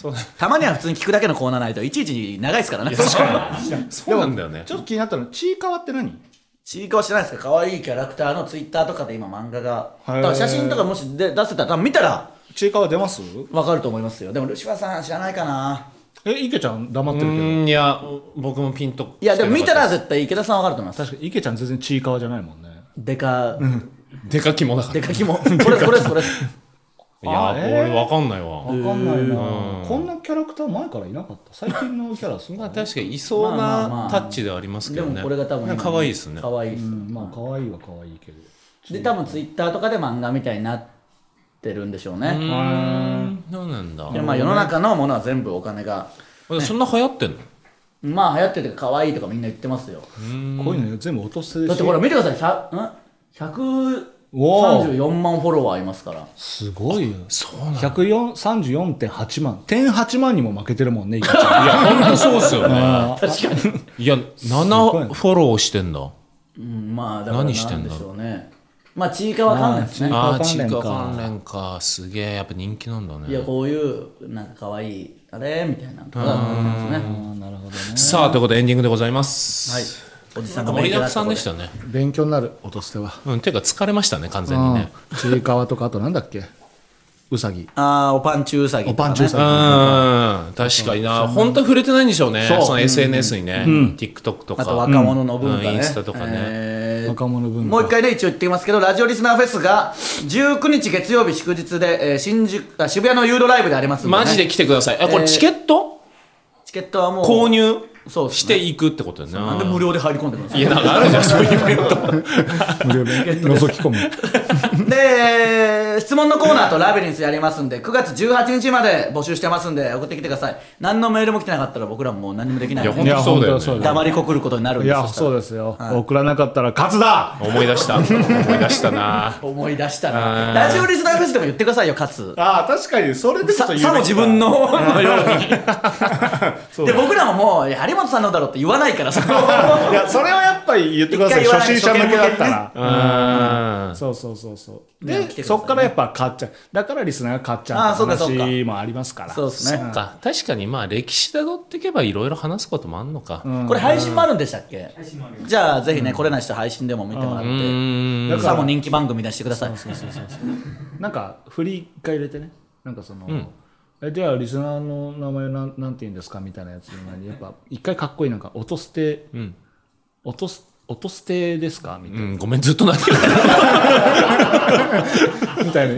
[SPEAKER 4] そうで
[SPEAKER 2] うん
[SPEAKER 3] たまには普通に聞くだけのコーナーないといちいち長いですからね
[SPEAKER 4] すそうなんだよね
[SPEAKER 2] ちょっと気になったのちいかわって何
[SPEAKER 3] ちいかわしてないですか可愛いキャラクターのツイッターとかで今漫画が
[SPEAKER 2] へー
[SPEAKER 3] だから写真とかもしで出せたら多分見たら
[SPEAKER 2] ちいかわ出ます
[SPEAKER 3] わかると思いますよでもルシファーさん知らないかな
[SPEAKER 2] え池ちゃん黙って
[SPEAKER 4] う
[SPEAKER 2] るけど
[SPEAKER 4] んいや僕もピンと
[SPEAKER 3] いやでも見たら
[SPEAKER 4] してなかっ
[SPEAKER 3] 絶対池田さんわかると思います
[SPEAKER 2] 確かに池ちゃん全然ちいかわじゃないもんね
[SPEAKER 3] でか
[SPEAKER 4] たでかきもなかった
[SPEAKER 3] で
[SPEAKER 4] い
[SPEAKER 3] かきもこれこれこれ
[SPEAKER 4] や
[SPEAKER 2] あ
[SPEAKER 4] ー
[SPEAKER 2] えー
[SPEAKER 4] 俺わかんないわ
[SPEAKER 2] わかんないなこんなキャラクター前からいなかった最近のキャラすごい
[SPEAKER 4] まあ確かにいそう
[SPEAKER 3] まあまあま
[SPEAKER 4] な
[SPEAKER 3] あ
[SPEAKER 4] タッチではありますけ
[SPEAKER 3] で
[SPEAKER 4] どね
[SPEAKER 3] もこれが多分
[SPEAKER 4] なんか可愛いですね
[SPEAKER 3] 可愛いです
[SPEAKER 2] うんまあ可愛いは可愛いけど
[SPEAKER 3] で多分ツイッターとかで漫画みたいになってるんでしょう
[SPEAKER 4] う
[SPEAKER 3] ね
[SPEAKER 4] ーんそうなんだ
[SPEAKER 3] でまあ世の中のものは全部お金が
[SPEAKER 4] そんな流行ってんの
[SPEAKER 3] まあ流行ってて可愛いとかみんな言ってますよ
[SPEAKER 2] こういうの全部落とす
[SPEAKER 3] だってほら見てください100ん
[SPEAKER 2] おー
[SPEAKER 3] 134万フォロワーいますから
[SPEAKER 2] すごいよ
[SPEAKER 4] そうなんだ
[SPEAKER 2] 134.8万1.8万にも負けてるもんね池ちゃん
[SPEAKER 4] いや、ほんとそうっすよね。
[SPEAKER 2] あ
[SPEAKER 3] 確かに、
[SPEAKER 4] いや、
[SPEAKER 2] ごい
[SPEAKER 4] 7
[SPEAKER 2] ね
[SPEAKER 4] フォローしてんだ。
[SPEAKER 3] うん、まあだから
[SPEAKER 4] 何してん
[SPEAKER 3] な
[SPEAKER 4] だろ
[SPEAKER 3] で
[SPEAKER 4] う
[SPEAKER 3] しょうねまあちいかわかんないですね、
[SPEAKER 2] ま
[SPEAKER 4] ああ、
[SPEAKER 2] 関
[SPEAKER 4] チ
[SPEAKER 2] 連
[SPEAKER 4] ー
[SPEAKER 2] か
[SPEAKER 4] カ関連か。すげえ、やっぱ人気なんだ
[SPEAKER 3] いや
[SPEAKER 4] ね。
[SPEAKER 3] こういうなんか可愛いあれみたいなとかだと思いますね
[SPEAKER 2] あなるほどね
[SPEAKER 4] さあ、ということでエンディングでございます。
[SPEAKER 3] はいおじさんが
[SPEAKER 4] 盛りだくさん
[SPEAKER 3] こ
[SPEAKER 4] で
[SPEAKER 3] で
[SPEAKER 4] したね。
[SPEAKER 2] 勉強になる音捨ては
[SPEAKER 4] うん、ていうか疲れましたね、完全にね。
[SPEAKER 2] うんちいかわとかあとなんだっけうさぎ
[SPEAKER 3] ああおパンチウサギ
[SPEAKER 2] お
[SPEAKER 3] とか、
[SPEAKER 2] パ
[SPEAKER 3] ね、
[SPEAKER 2] ンチう
[SPEAKER 4] う
[SPEAKER 2] さ
[SPEAKER 4] ん、確かにな。本当は触れてないんでしょうね。その SNS にね。TikTok とか。
[SPEAKER 3] あと若者の文化ね、
[SPEAKER 4] うんインスタとかね
[SPEAKER 3] えー
[SPEAKER 2] 若者文化
[SPEAKER 3] もう一回ね、一応言ってきますけど、ラジオリスナーフェスが19日月曜日祝日で、えー新宿あ渋谷のユーロライブでありますんね
[SPEAKER 1] マジで来てください。あ、こ
[SPEAKER 3] えー
[SPEAKER 1] れチケット
[SPEAKER 3] チケットはもう
[SPEAKER 1] 購入
[SPEAKER 3] そうです
[SPEAKER 1] し
[SPEAKER 3] ね
[SPEAKER 1] ていくってことだよ
[SPEAKER 3] なんで
[SPEAKER 1] ね。
[SPEAKER 3] 無料で入り込んでくるんですか
[SPEAKER 1] いや、なんかあるじゃん、そういうイベント。
[SPEAKER 2] 無料で覗き込む
[SPEAKER 3] で、質問のコーナーとラビリンスやりますんで、9月18日まで募集してますんで、送ってきてください。何のメールも来てなかったら僕らももう何もできないんで
[SPEAKER 1] いや本当そうだよね
[SPEAKER 2] いや本当そうだよ
[SPEAKER 3] 黙りこくることになるん
[SPEAKER 2] い
[SPEAKER 3] です
[SPEAKER 2] やそう
[SPEAKER 3] で
[SPEAKER 2] ですよ、送らなかったら勝つだ
[SPEAKER 1] 思い出した。思い出したな。
[SPEAKER 3] 思い出したら
[SPEAKER 1] あー
[SPEAKER 3] ラジオリスナーフェスでも言ってくださいよ勝
[SPEAKER 2] ああ確かにそれで
[SPEAKER 3] つ
[SPEAKER 2] こそ
[SPEAKER 3] さ
[SPEAKER 2] 言うべき
[SPEAKER 3] さ
[SPEAKER 2] だ
[SPEAKER 3] も自分の のように
[SPEAKER 2] そう
[SPEAKER 3] で僕らももういや有本さんのだろうって言わないからその
[SPEAKER 2] いやそれはやっぱり言ってください
[SPEAKER 3] 一回言わない
[SPEAKER 2] 初心者向けだったら、
[SPEAKER 1] うん。
[SPEAKER 2] そうそうそうそう
[SPEAKER 3] ね
[SPEAKER 2] で、
[SPEAKER 3] 来てくださいね
[SPEAKER 2] そっからやっぱ買っちゃうだからリスナーが買っちゃ
[SPEAKER 3] あーそううか
[SPEAKER 2] って
[SPEAKER 3] そうか
[SPEAKER 2] 話もありますから
[SPEAKER 3] そうですね
[SPEAKER 1] か確かにまあ歴史たどっていけばいろいろ話すこともあんのか。う
[SPEAKER 3] これ配信もあるんでしたっけじゃあぜひね来れない人配信でも見てもらっ
[SPEAKER 1] ー
[SPEAKER 3] て
[SPEAKER 1] ん。
[SPEAKER 2] だか
[SPEAKER 3] さも
[SPEAKER 2] ら
[SPEAKER 3] 人気番組出してください
[SPEAKER 2] なんか振り一回入れてねなんかその、えではリスナーの名前なんなんて言うんですかみたいなやつの前にやっぱ一回かっこいいなんか音捨て、
[SPEAKER 1] ん
[SPEAKER 2] 音す音捨てですかみたいな、
[SPEAKER 1] うん、ごめん、ずっと泣いてる。
[SPEAKER 2] みたいな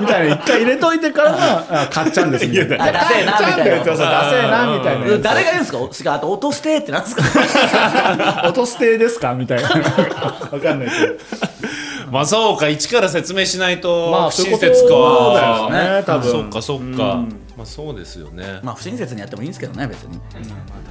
[SPEAKER 2] みたいな一回入れといてからあ買っちゃうんですみたいな
[SPEAKER 3] あダセえなみた
[SPEAKER 2] 買っちゃ
[SPEAKER 3] いな
[SPEAKER 2] うんだよそうそうダセえなみたいなやつ
[SPEAKER 3] 誰が言うんですかしかもあと音捨てってなんですか
[SPEAKER 2] 音捨てですかみたいな。わかんないけど。
[SPEAKER 1] まあそうか、一から説明しないと、
[SPEAKER 2] まあ
[SPEAKER 1] 不親切
[SPEAKER 2] そうだ
[SPEAKER 1] か。
[SPEAKER 2] よね多分
[SPEAKER 1] そっか、そっか。まあそうですよね。
[SPEAKER 3] まあ不親切にやってもいいんですけどね別に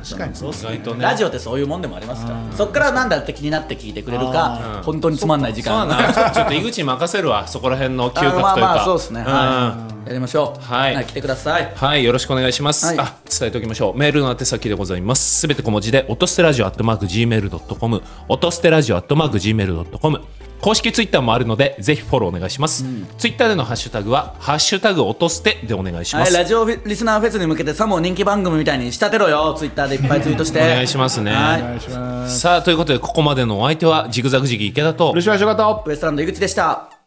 [SPEAKER 2] 確かにそうっ
[SPEAKER 1] 意
[SPEAKER 2] すね。
[SPEAKER 1] 外とね。
[SPEAKER 3] ラジオってそういうもんでもありますからそっからなんだって気になって聞いてくれるか本当につまんない時
[SPEAKER 1] そう
[SPEAKER 3] 間
[SPEAKER 1] だな、ちょちょっと井口に任せるわ、そこら辺の嗅覚という
[SPEAKER 3] あ
[SPEAKER 1] か。
[SPEAKER 3] まあまあそうですね、
[SPEAKER 1] ん
[SPEAKER 3] はい、やりましょう
[SPEAKER 1] はい
[SPEAKER 3] 来てください
[SPEAKER 1] はい、よろしくお願いします。
[SPEAKER 3] はい
[SPEAKER 1] あ、伝えておきましょう。メールの宛先でございます。すべて小文字で、音捨てラジオアットマーク Gmail.com、音捨てラジオアットマーク Gmail.com、公式ツイッターもあるので、ぜひフォローお願いします。ツイッターでのハッシュタグは、ハッシュタグ音捨てでお願いしま
[SPEAKER 3] はい、
[SPEAKER 1] す。
[SPEAKER 3] ラジオフェリスナーフェスに向けてさも人気番組みたいに仕立てろよツイッターでいっぱいツイートして
[SPEAKER 1] お願いしますね
[SPEAKER 3] は
[SPEAKER 2] お願いします。
[SPEAKER 1] さあ、ということで、ここまでのお相手は、ジグザグジギ池田と
[SPEAKER 2] よろ、しくお願いします。
[SPEAKER 3] ウエストランド井口でした